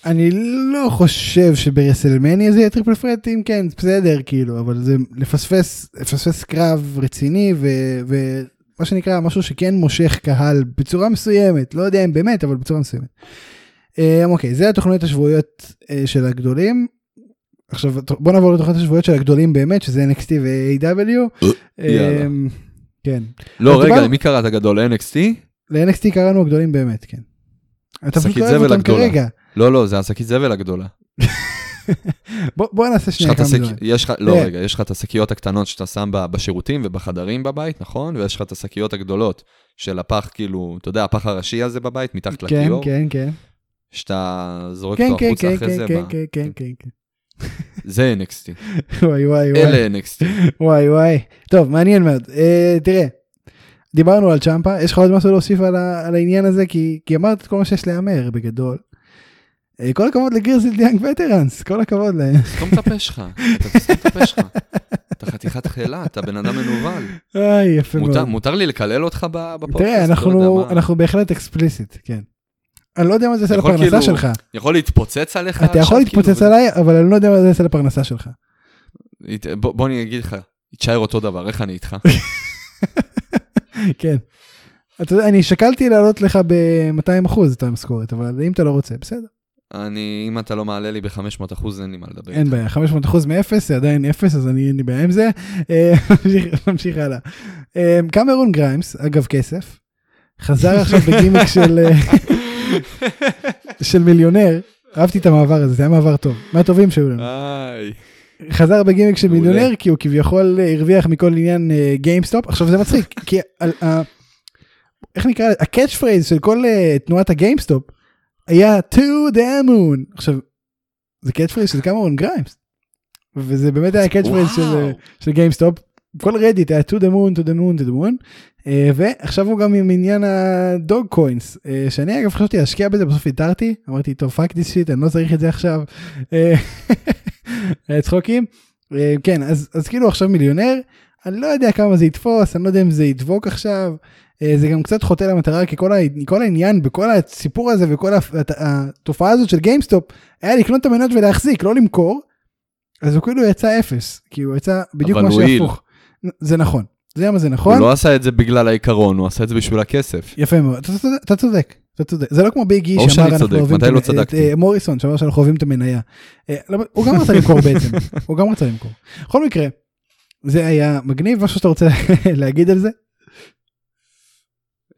Speaker 1: אני לא חושב שברסלמניה זה יהיה טריפל פרט אם כן בסדר כאילו אבל זה לפספס לפספס קרב רציני ו- ומה שנקרא משהו שכן מושך קהל בצורה מסוימת לא יודע אם באמת אבל בצורה מסוימת. אמ, אוקיי זה התוכניות השבועיות אה, של הגדולים. עכשיו בוא נעבור לתוכניות השבועיות של הגדולים באמת שזה NXT ו-AW.
Speaker 2: אה, יאללה.
Speaker 1: אמ, כן.
Speaker 2: לא,
Speaker 1: אז
Speaker 2: רגע,
Speaker 1: דיברנו-
Speaker 2: למי קראת הגדול? ל-NXT?
Speaker 1: ל-NXT קראנו הגדולים באמת, כן. אתה פשוט
Speaker 2: שקית
Speaker 1: לא אוהב
Speaker 2: זבל
Speaker 1: אותם
Speaker 2: הגדולה.
Speaker 1: כרגע.
Speaker 2: לא, לא, זה השקית זבל הגדולה.
Speaker 1: בוא, בוא נעשה
Speaker 2: יש לך
Speaker 1: שנייה
Speaker 2: את
Speaker 1: כמה
Speaker 2: השק...
Speaker 1: דברים.
Speaker 2: יש לך, לא,
Speaker 1: כן.
Speaker 2: רגע, יש לך את השקיות הקטנות שאתה שם ב- בשירותים ובחדרים בבית, נכון? ויש לך את השקיות הגדולות של הפח, כאילו, אתה יודע, הפח הראשי הזה בבית, מתחת
Speaker 1: כן,
Speaker 2: לכיור,
Speaker 1: כן, כן.
Speaker 2: שאתה זורק
Speaker 1: כן,
Speaker 2: אותו
Speaker 1: כן,
Speaker 2: החוצה
Speaker 1: כן,
Speaker 2: אחרי
Speaker 1: כן,
Speaker 2: זה.
Speaker 1: כן,
Speaker 2: ב-
Speaker 1: כן, כן, כן, כן.
Speaker 2: זה NXT.
Speaker 1: וואי, וואי, וואי.
Speaker 2: אלה NXT.
Speaker 1: וואי, וואי. טוב, מעניין מאוד. אה, תראה, דיברנו על צ'מפה, יש לך עוד משהו להוסיף על ה- על העניין הזה? כי כי אמרת את כל מה שיש להמר בגדול. אה, כל הכבוד לגריזל דיאנג וטרנס, כל הכבוד להם.
Speaker 2: סתום את הפה שלך, אתה תסתום את הפה שלך. אתה חתיכת חילה, אתה בן אדם מנוול.
Speaker 1: איי, יפה מאוד.
Speaker 2: מותר- מותר לי לקלל אותך ב- בפודקאסט? לא
Speaker 1: תראה,
Speaker 2: יודע
Speaker 1: אנחנו
Speaker 2: מה.
Speaker 1: אנחנו בהחלט אקספליסיט, כן. אני לא יודע מה זה עושה
Speaker 2: יכול
Speaker 1: לפרנסה
Speaker 2: כאילו-
Speaker 1: שלך.
Speaker 2: יכול להתפוצץ עליך
Speaker 1: אתה יכול להתפוצץ
Speaker 2: כאילו,
Speaker 1: עליי, אבל אני לא יודע מה זה יעשה לפרנסה שלך.
Speaker 2: הת- בוא בוא אני אגיד לך, תשאר אותו דבר, איך אני איתך?
Speaker 1: כן. אתה יודע, אני שקלתי לעלות לך ב-200 אחוז את המשכורת, אבל אם אתה לא רוצה, בסדר.
Speaker 2: אני, אם אתה לא מעלה לי ב-500 אחוז, אין לי מה לדבר.
Speaker 1: אין בעיה, 500 אחוז מאפס זה עדיין אפס, אז אני אין לי בעיה עם זה. אה, נמשיך- נמשיך הלאה. אה, קמרון גריימס, אגב כסף, חזר עכשיו בגימיק של, אה, של מיליונר. אהבתי את המעבר הזה, זה היה מעבר טוב, מהטובים שהיו לנו.
Speaker 2: איי.
Speaker 1: חזר בגימיק של
Speaker 2: מעולה.
Speaker 1: מיליונר כי הוא כביכול אה, הרוויח מכל עניין גיימסטופ עכשיו זה מצחיק כי על ה... איך נקרא לזה? הקאץ' פרייז של כל אה, תנועת הגיימסטופ היה to the moon עכשיו זה קאץ' פרייז של קמרון גריימס. וזה באמת היה קאץ' פרייז של אה,
Speaker 2: וואו.
Speaker 1: של גיימסטופ כל רדיט היה to the moon to the moon to the moon אה, ועכשיו הוא גם עם עניין הדוג קוינס אה, שאני אגב חשבתי להשקיע בזה בסוף התארתי אמרתי טוב פאק דיס שיט אני לא צריך את זה עכשיו. אה, היה צחוקים אה, כן אז אז כאילו עכשיו מיליונר אני לא יודע כמה זה יתפוס אני לא יודע אם זה ידבוק עכשיו אה, זה גם קצת חוטא למטרה, כי כל, ה... כל העניין בכל הסיפור הזה וכל ה... הת- התופעה הזאת של גיימסטופ, היה לקנות את המניות ולהחזיק, לא למכור, אז הוא כאילו יצא אפס, כי הוא יצא בדיוק
Speaker 2: אבל
Speaker 1: מה
Speaker 2: הוא הועיל.
Speaker 1: שהפוך. זה נכון, זה למה זה נכון.
Speaker 2: הוא לא עשה את זה בגלל העיקרון, הוא עשה את זה בשביל הכסף.
Speaker 1: יפה מאוד, אתה צודק, אתה צודק, אתה צודק. זה לא כמו ביגי
Speaker 2: ברור
Speaker 1: שאמר
Speaker 2: שאני
Speaker 1: אנחנו
Speaker 2: צודק,
Speaker 1: אוהבים,
Speaker 2: מתי
Speaker 1: את המ-
Speaker 2: לא
Speaker 1: את,
Speaker 2: צדקתי?
Speaker 1: אה, מוריסון שאמר שאנחנו אוהבים את המניה. אה, לא, הוא גם רצה למכור בעצם, הוא גם רצה למכור. בכל מקרה, זה היה מגניב, משהו שאתה רוצה להגיד על זה?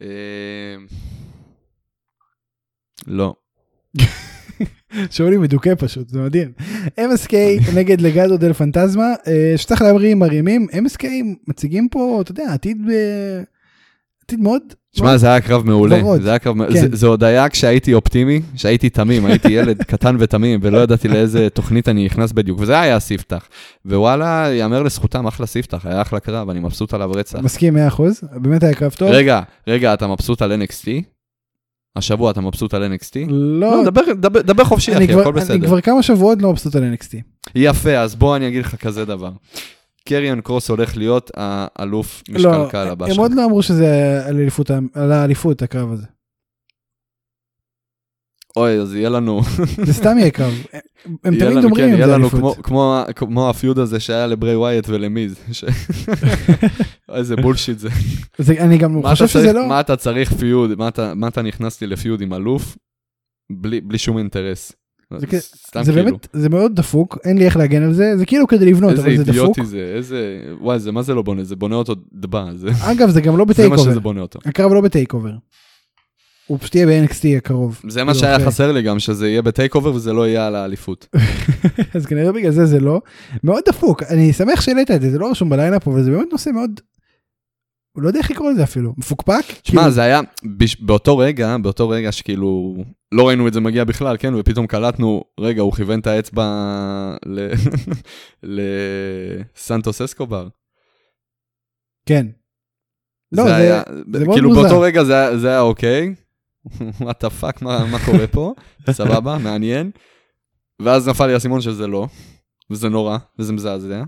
Speaker 2: אה, לא.
Speaker 1: שאולי מדוכא פשוט, זה מדהים. MSK נגד לגדו דל פנטזמה, אה, שצריך להבריא מרימים, MSK מציגים פה, אתה יודע, עתיד, ב- עתיד מאוד,
Speaker 2: שמע, זה היה קרב מעולה.
Speaker 1: ורוד.
Speaker 2: זה היה קרב מעולה.
Speaker 1: כן.
Speaker 2: זה- זה עוד היה כשהייתי אופטימי, כשהייתי תמים, הייתי ילד קטן ותמים, ולא ידעתי לאיזה תוכנית אני נכנס בדיוק, וזה היה ספתח. ווואלה, יאמר לזכותם, אחלה ספתח, היה אחלה קרב, אני מבסוט עליו רצח.
Speaker 1: מסכים 100%, באמת היה קרב טוב.
Speaker 2: רגע, רגע, אתה מבסוט על NXT? השבוע אתה מבסוט על NXT? לא,
Speaker 1: לא,
Speaker 2: דבר- דבר דבר חופשי,
Speaker 1: אני
Speaker 2: אחי,
Speaker 1: כבר-
Speaker 2: הכל
Speaker 1: אני
Speaker 2: בסדר.
Speaker 1: כבר כמה שבועות לא מבסוט על NXT.
Speaker 2: יפה, אז בוא אני אגיד לך כזה דבר. קריון קרוס הולך להיות האלוף
Speaker 1: לא,
Speaker 2: משקלקל הבא
Speaker 1: הם
Speaker 2: שלך.
Speaker 1: עוד לא אמרו שזה על אליפות, ה- על האליפות הקרב הזה. לא-
Speaker 2: אוי, אז יהיה לנו...
Speaker 1: זה סתם יהיה קרב. הם- הם
Speaker 2: יהיה
Speaker 1: תמיד
Speaker 2: לנו-
Speaker 1: אומרים
Speaker 2: כן,
Speaker 1: אם
Speaker 2: יהיה
Speaker 1: זה
Speaker 2: לנו
Speaker 1: אליפות.
Speaker 2: כמו- כמו ה- כמו הפיוד הזה שהיה לברי ווייט ולמיז. ש- איזה בולשיט זה.
Speaker 1: זה- אני גם
Speaker 2: מה
Speaker 1: חושב
Speaker 2: אתה צריך-
Speaker 1: שזה לא...
Speaker 2: מה אתה צריך פיוד? מה אתה- מה אתה נכנסתי לפיוד עם אלוף? בלי בלי שום אינטרס.
Speaker 1: זה כ-
Speaker 2: סתם
Speaker 1: זה
Speaker 2: כאילו.
Speaker 1: באמת, זה מאוד דפוק, אין לי איך להגן על זה, זה כאילו כדי לבנות,
Speaker 2: איזה
Speaker 1: אבל זה דפוק.
Speaker 2: אידיוטי זה, איזה... וואי, זה מה זה לא בונה? זה בונה אותו דבה. זה-
Speaker 1: אגב, זה גם לא
Speaker 2: זה
Speaker 1: בטייק
Speaker 2: מה
Speaker 1: אובר.
Speaker 2: שזה בונה אותו.
Speaker 1: הקרב לא בטייק אובר. הוא פשוט יהיה ב-NXT הקרוב.
Speaker 2: זה מה
Speaker 1: כאילו,
Speaker 2: שהיה
Speaker 1: אחרי.
Speaker 2: חסר לי גם, שזה יהיה בטייק אובר וזה לא יהיה על האליפות.
Speaker 1: אז כנראה בגלל זה זה לא. מאוד דפוק, אני שמח שהעלית את זה, זה לא רשום בלילה פה, אבל זה באמת נושא מאוד... הוא לא יודע איך לקרוא לזה אפילו, מפוקפק.
Speaker 2: שמע,
Speaker 1: כאילו,
Speaker 2: זה היה בש- באותו רגע, באותו רגע שכאילו לא ראינו את זה מגיע בכלל, כן? ופתאום קלטנו, רגע, הוא כיוון את האצבע ל- לסנטוס אסקובר.
Speaker 1: כן. לא,
Speaker 2: זה
Speaker 1: זה-
Speaker 2: היה,
Speaker 1: זה מאוד
Speaker 2: כאילו
Speaker 1: מוזר.
Speaker 2: באותו רגע זה היה- זה היה אוקיי, what the fuck, מה מה קורה פה? סבבה, מעניין. ואז נפל לי האסימון שזה לא, וזה נורא, וזה מזעזע.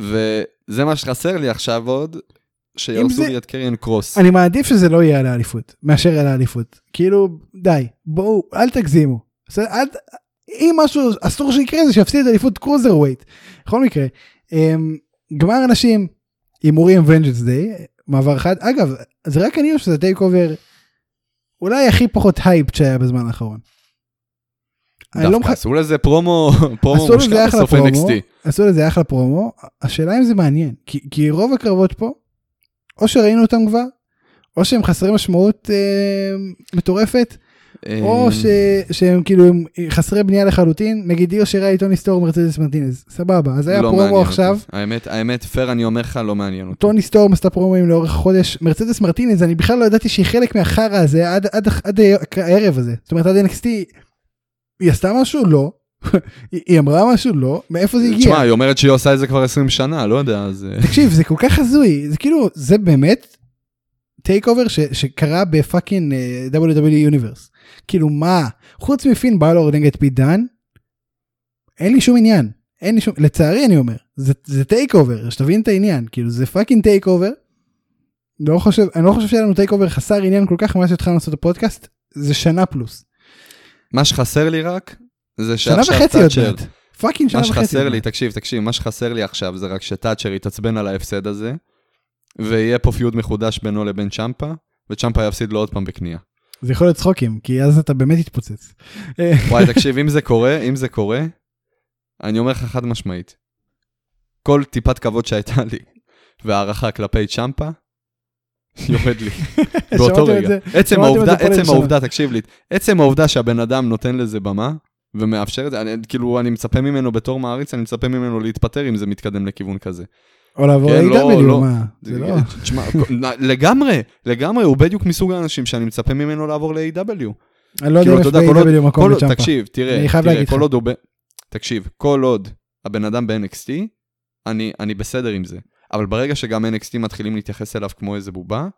Speaker 2: וזה מה שחסר לי עכשיו עוד, שיהרסו
Speaker 1: זה-
Speaker 2: לי את קריאן קרוס.
Speaker 1: אני מעדיף שזה לא יהיה על האליפות, מאשר על האליפות. כאילו, די, בואו, אל תגזימו. זה- אל, ת- אם משהו אסור שיקרה זה שיפסיד את אליפות קרוזר ווייט. בכל מקרה, אמ, גמר אנשים, הימורים ונג'נס דיי, מעבר חד, אגב, זה רק אני חושב שזה טייק אובר אולי הכי פחות הייפ שהיה בזמן האחרון. אני לא
Speaker 2: דווקא
Speaker 1: מח-
Speaker 2: עשו לזה פרומו, פרומו
Speaker 1: עשו לזה
Speaker 2: מושקע
Speaker 1: אחלה
Speaker 2: בסוף
Speaker 1: פרומו,
Speaker 2: NXT.
Speaker 1: עשו לזה אחלה פרומו, השאלה אם זה מעניין, כי, כי רוב הקרבות פה, או שראינו אותם כבר, או שהם חסרי משמעות אה, מטורפת, או
Speaker 2: אה,
Speaker 1: ש, שהם כאילו הם חסרי בנייה לחלוטין, נגיד דיר שירה עיתון היסטור מרצדס מרטינז, סבבה, אז היה
Speaker 2: לא מעניין
Speaker 1: פרומו
Speaker 2: אותי.
Speaker 1: עכשיו,
Speaker 2: האמת, האמת, פייר, אני אומר לך, לא מעניין אותי.
Speaker 1: טוני סטורם עשתה פרומואים לאורך החודש, מרצדס מרטינז, אני בכלל לא ידעתי שהיא חלק מהחרא הזה עד, עד, עד, הערב הזה. זאת אומרת, עד NXT, היא עשתה משהו? לא. היא- היא אמרה משהו? לא. מאיפה זה הגיע?
Speaker 2: תשמע, היא אומרת שהיא עושה את זה כבר 20 שנה, לא יודע, אז... אה,
Speaker 1: תקשיב, זה כל כך הזוי, זה כאילו, זה באמת טייק אובר ש- שקרה בפאקינג אה, WWE Universe. כאילו מה, חוץ מפין בלור נגד פיט דן, אין לי שום עניין, אין לי שום, לצערי אני אומר, זה- זה טייק אובר, שתבין את העניין, כאילו זה פאקינג טייק אובר. לא חושב, אני לא חושב שהיה לנו טייק אובר חסר עניין כל כך מאז שהתחלנו לעשות את הפודקאסט, זה שנה פלוס.
Speaker 2: מה שחסר לי רק, זה
Speaker 1: שנה
Speaker 2: שעכשיו
Speaker 1: וחצי עוד
Speaker 2: תאצ'ר,
Speaker 1: מעט. פאקינג שנה
Speaker 2: מה
Speaker 1: וחצי.
Speaker 2: שחסר
Speaker 1: עוד
Speaker 2: לי,
Speaker 1: מעט.
Speaker 2: תקשיב, תקשיב, מה שחסר לי עכשיו זה רק שתאצ'ר יתעצבן על ההפסד הזה, ויהיה פה פיוד מחודש בינו לבין צ'מפה, וצ'מפה יפסיד לו עוד פעם בקנייה.
Speaker 1: זה יכול להיות צחוקים, כי אז אתה באמת תתפוצץ.
Speaker 2: וואי, תקשיב, אם זה קורה, אם זה קורה, אני אומר לך חד משמעית, כל טיפת כבוד שהייתה לי והערכה כלפי צ'מפה, יורד לי, באותו
Speaker 1: שמעתם את
Speaker 2: רגע.
Speaker 1: זה? שמעתם
Speaker 2: עצם
Speaker 1: את
Speaker 2: העובדה,
Speaker 1: זה פה
Speaker 2: עצם
Speaker 1: לראשונה.
Speaker 2: העובדה, תקשיב לי, עצם העובדה שהבן אדם נותן לזה במה ומאפשר את זה, אני- כאילו, אני מצפה ממנו בתור מעריץ, אני מצפה ממנו להתפטר אם זה מתקדם לכיוון כזה.
Speaker 1: או לעבור
Speaker 2: כן,
Speaker 1: ל-AW,
Speaker 2: לא, לא.
Speaker 1: מה? זה לא...
Speaker 2: תשמע, לגמרי, לגמרי, הוא בדיוק מסוג האנשים שאני מצפה ממנו לעבור ל-AW.
Speaker 1: אני לא יודע
Speaker 2: כאילו,
Speaker 1: אם
Speaker 2: אתה
Speaker 1: יש
Speaker 2: יודע, כל עוד-
Speaker 1: ב-AW
Speaker 2: כל
Speaker 1: מקום
Speaker 2: עוד,
Speaker 1: לצ'מפה.
Speaker 2: תקשיב, תראה,
Speaker 1: אני חייב
Speaker 2: תראה,
Speaker 1: להגיד
Speaker 2: כל
Speaker 1: לך.
Speaker 2: עוד הוא ב... תקשיב, כל עוד הבן אדם ב-NXT, אני, אני בסדר עם זה. אבל ברגע שגם NXT מתחילים להתייחס אליו כמו איזה בובה,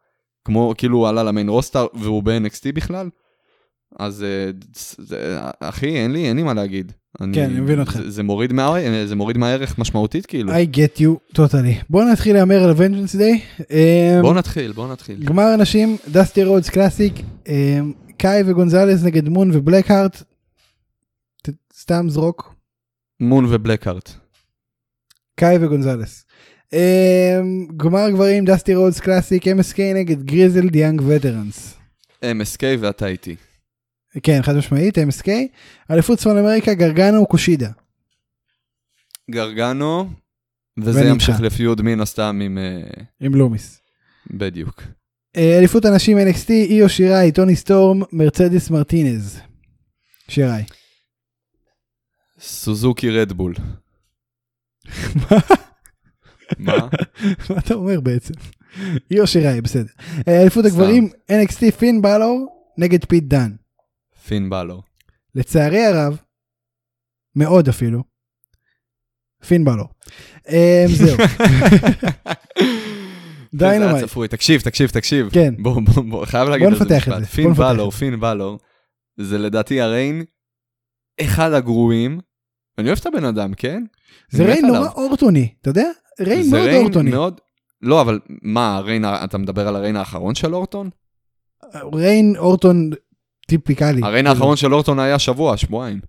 Speaker 2: כמו כאילו הוא עלה למיין רוסטר והוא ב-NXT בכלל, אז אה, זה- אחי, אין לי, אין לי מה להגיד. אני-
Speaker 1: כן, אני מבין אותך.
Speaker 2: זה- זה מוריד מהערך- זה מוריד מהערך משמעותית, כאילו.
Speaker 1: I get you, totally. בואו נתחיל להמר על Vengeance Day. אה,
Speaker 2: בואו נתחיל, בואו נתחיל.
Speaker 1: גמר הנשים, דסטי רודס קלאסיק, אה, קאי וגונזלס נגד מון ובלקהארט. ת- סתם זרוק,
Speaker 2: מון ובלקהארט.
Speaker 1: קאי וגונזלס. אה, גמר גברים, דסטי רודס קלאסיק, MSK נגד גריזל דיאנג וטרנס.
Speaker 2: MSK ואתה איתי.
Speaker 1: כן, חד משמעית, MSK. אליפות צפון אמריקה, גרגנו וקושידה.
Speaker 2: גרגנו, וזה
Speaker 1: ונמחק.
Speaker 2: ימשיך לפיוד מן הסתם עם... אה,
Speaker 1: עם לומיס.
Speaker 2: בדיוק.
Speaker 1: אה, אליפות הנשים NXT, איו שיראי, טוני סטורם, מרצדס מרטינז. שיראי.
Speaker 2: סוזוקי רדבול.
Speaker 1: מה?
Speaker 2: מה?
Speaker 1: מה אתה אומר בעצם? איו שיראי, בסדר. אה, אליפות הגברים, NXT פין בלור נגד פיט דן.
Speaker 2: פין בלור.
Speaker 1: לצערי הרב, מאוד אפילו, פין בלור. אה, זהו,
Speaker 2: זה היה
Speaker 1: דיינמייט.
Speaker 2: צפוי. תקשיב, תקשיב, תקשיב.
Speaker 1: כן.
Speaker 2: בוא, בוא, בוא, חייב להגיד
Speaker 1: בוא
Speaker 2: על זה
Speaker 1: נפתח את
Speaker 2: משפט.
Speaker 1: זה, בוא
Speaker 2: פין
Speaker 1: נפתח
Speaker 2: בלור, פין בלור, זה לדעתי הריין אחד הגרועים. אני אוהב את הבן אדם, כן?
Speaker 1: זה
Speaker 2: אני מת
Speaker 1: ריין נורא
Speaker 2: עליו.
Speaker 1: אורטוני, אתה יודע? ריין
Speaker 2: זה
Speaker 1: מאוד אורטוני.
Speaker 2: מאוד... לא, אבל מה, הריין, ה- אתה מדבר על הריין האחרון של אורטון?
Speaker 1: ריין אורטון טיפיקלי.
Speaker 2: הריין האחרון של אורטון היה שבוע, שבועיים.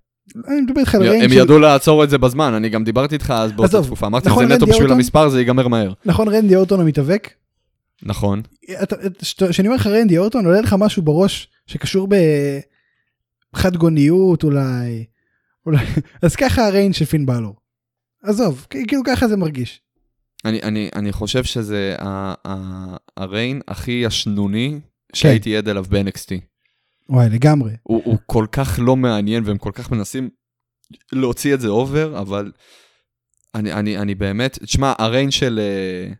Speaker 1: אני מדבר איתך על ריין
Speaker 2: הם
Speaker 1: כן, של...
Speaker 2: ידעו לעצור את זה בזמן, אני גם דיברתי איתך אז באותה
Speaker 1: עזוב,
Speaker 2: תקופה. אמרתי,
Speaker 1: נכון,
Speaker 2: זה נטו
Speaker 1: רנדי
Speaker 2: בשביל
Speaker 1: אורטון?
Speaker 2: המספר, זה ייגמר מהר.
Speaker 1: נכון, רנדי אורטון המתאבק?
Speaker 2: נכון.
Speaker 1: אתה- את- שת- כשאני אומר לך רנדי אורטון עולה לך משהו בראש שקשור בחד גוניות אולי אולי אז ככה הריין של פין בלור. עזוב כ- כאילו ככה זה מרגיש.
Speaker 2: אני, אני, אני חושב שזה ה, ה, הריין הכי ישנוני
Speaker 1: כן.
Speaker 2: שהייתי עד אליו ב-NXT.
Speaker 1: וואי לגמרי.
Speaker 2: הוא, הוא כל כך לא מעניין והם כל כך מנסים להוציא את זה אובר, אבל אני, אני, אני באמת, תשמע, הריין של, אה,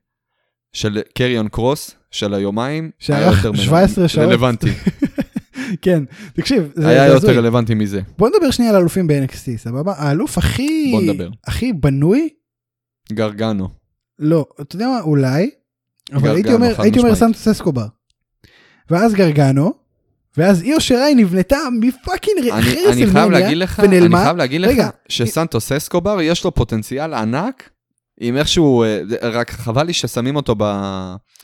Speaker 2: של קריון קרוס, של היומיים, היה
Speaker 1: שארך
Speaker 2: יותר מ-
Speaker 1: 17 שעות.
Speaker 2: רלוונטי,
Speaker 1: כן תקשיב זה
Speaker 2: היה
Speaker 1: זה
Speaker 2: יותר
Speaker 1: הזוי.
Speaker 2: רלוונטי מזה.
Speaker 1: בוא נדבר שנייה על אלופים ב-NXT סבבה האלוף הכי
Speaker 2: בוא נדבר.
Speaker 1: הכי בנוי
Speaker 2: גרגנו.
Speaker 1: לא אתה יודע מה אולי אבל
Speaker 2: גרגנו,
Speaker 1: הייתי אומר
Speaker 2: חד
Speaker 1: הייתי אומר
Speaker 2: משמעית.
Speaker 1: סנטוס אסקובר. ואז גרגנו. ואז איר שיראי נבנתה מפאקינג אחרי
Speaker 2: אני, אני חייב
Speaker 1: רסלמניה
Speaker 2: להגיד לך, אני
Speaker 1: ונעלמה.
Speaker 2: חייב להגיד
Speaker 1: רגע.
Speaker 2: לך, שסנטוס אסקובר יש לו פוטנציאל ענק, עם איכשהו, אה, זה- רק חבל לי ששמים אותו ב...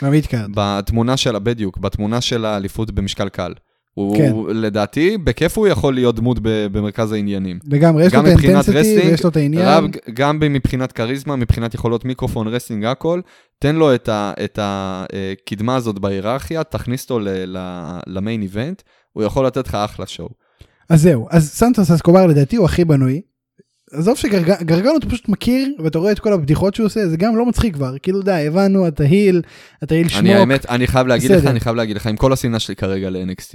Speaker 1: עמית קארד.
Speaker 2: בתמונה שלה, בדיוק, בתמונה של האליפות במשקל קל. הוא,
Speaker 1: כן.
Speaker 2: כן. לדעתי, בכיף הוא יכול להיות דמות ב, במרכז העניינים.
Speaker 1: לגמרי, יש לו
Speaker 2: גם
Speaker 1: את
Speaker 2: מבחינת
Speaker 1: האינטנסיטי
Speaker 2: רסלינג,
Speaker 1: ויש לו את העניין.
Speaker 2: רב, גם מבחינת כריזמה, מבחינת יכולות מיקרופון, רסינג, הכל, תן לו את ה- את הקדמה הזאת בהיררכיה, תכניס אותו ל- ל- למיין איבנט, הוא יכול לתת לך אחלה שואו.
Speaker 1: אז זהו, אז סנטוס אסקובר לדעתי הוא הכי בנוי. עזוב שגרגלו אתה פשוט מכיר ואתה רואה את כל הבדיחות שהוא עושה זה גם לא מצחיק כבר כאילו די הבנו אתה היל אתה היל שמוק
Speaker 2: אני האמת, אני חייב להגיד לך,
Speaker 1: בסדר.
Speaker 2: אני חייב להגיד לך, עם כל השנאה שלי כרגע ל-NXT,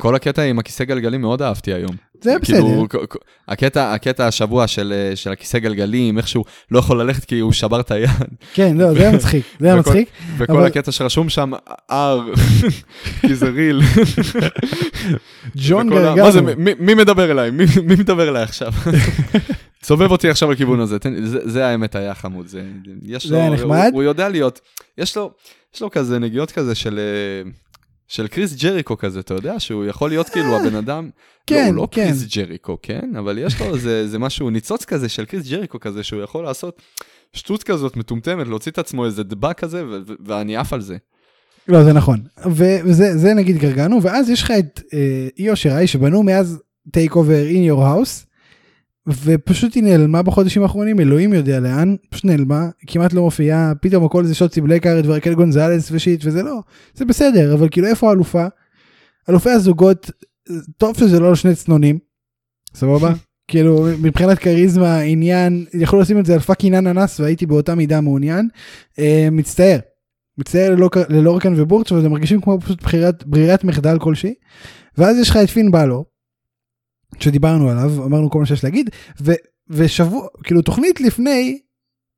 Speaker 2: כל הקטע עם הכיסא גלגלים מאוד אהבתי היום.
Speaker 1: זה בסדר
Speaker 2: כאילו, כ- כ- הקטע, הקטע השבוע של, אה, של הכיסא גלגלים, איך שהוא לא יכול ללכת כי הוא שבר את היד,
Speaker 1: כן לא זה היה מצחיק זה היה
Speaker 2: וכל-
Speaker 1: מצחיק
Speaker 2: וכל
Speaker 1: אבל-
Speaker 2: הקטע שרשום שם R, כי זה ריל.
Speaker 1: ג'ון
Speaker 2: וכל ה- מה זה,
Speaker 1: גרגלו
Speaker 2: מי, מי מדבר אליי? מי, מי מדבר אליי עכשיו? סובב אותי עכשיו לכיוון הזה, תן, לי- זה, זה האמת היה חמוד, זה, יש
Speaker 1: זה
Speaker 2: לו,
Speaker 1: היה נחמד.
Speaker 2: הוא, הוא יודע להיות, יש לו, יש לו כזה נגיעות כזה של, אה, של קריס ג'ריקו כזה, אתה יודע, שהוא יכול להיות כאילו הבן אדם, לא,
Speaker 1: אה, כן,
Speaker 2: הוא לא
Speaker 1: כן.
Speaker 2: קריס ג'ריקו, כן, אבל יש לו איזה איזה משהו, ניצוץ כזה של קריס ג'ריקו כזה, שהוא יכול לעשות שטות כזאת מטומטמת, להוציא את עצמו איזה דבק כזה, ו- ו- ואני עף על זה.
Speaker 1: לא זה נכון ו- וזה זה נגיד גרגנו ואז יש לך את אה, איו שיראי שבנו מאז טייק אובר אין יור האוס. ופשוט היא נעלמה בחודשים האחרונים אלוהים יודע לאן פשוט נעלמה כמעט לא מופיעה פתאום הכל זה שוטי בלקארד ורקל גונזלס ושיט וזה לא זה בסדר אבל כאילו איפה האלופה. אלופי הזוגות אה, טוב שזה לא על שני צנונים. סבבה כאילו מבחינת כריזמה עניין יכלו לשים את זה על פאקינג אננס והייתי באותה מידה מעוניין אה, מצטער. מצטער ללא- ללורקן ובורץ' אבל הם מרגישים כמו פשוט בחירת ברירת מחדל כלשהי. ואז יש לך את פין בלו. שדיברנו עליו אמרנו כל מה שיש להגיד ו, ושבוע כאילו תוכנית לפני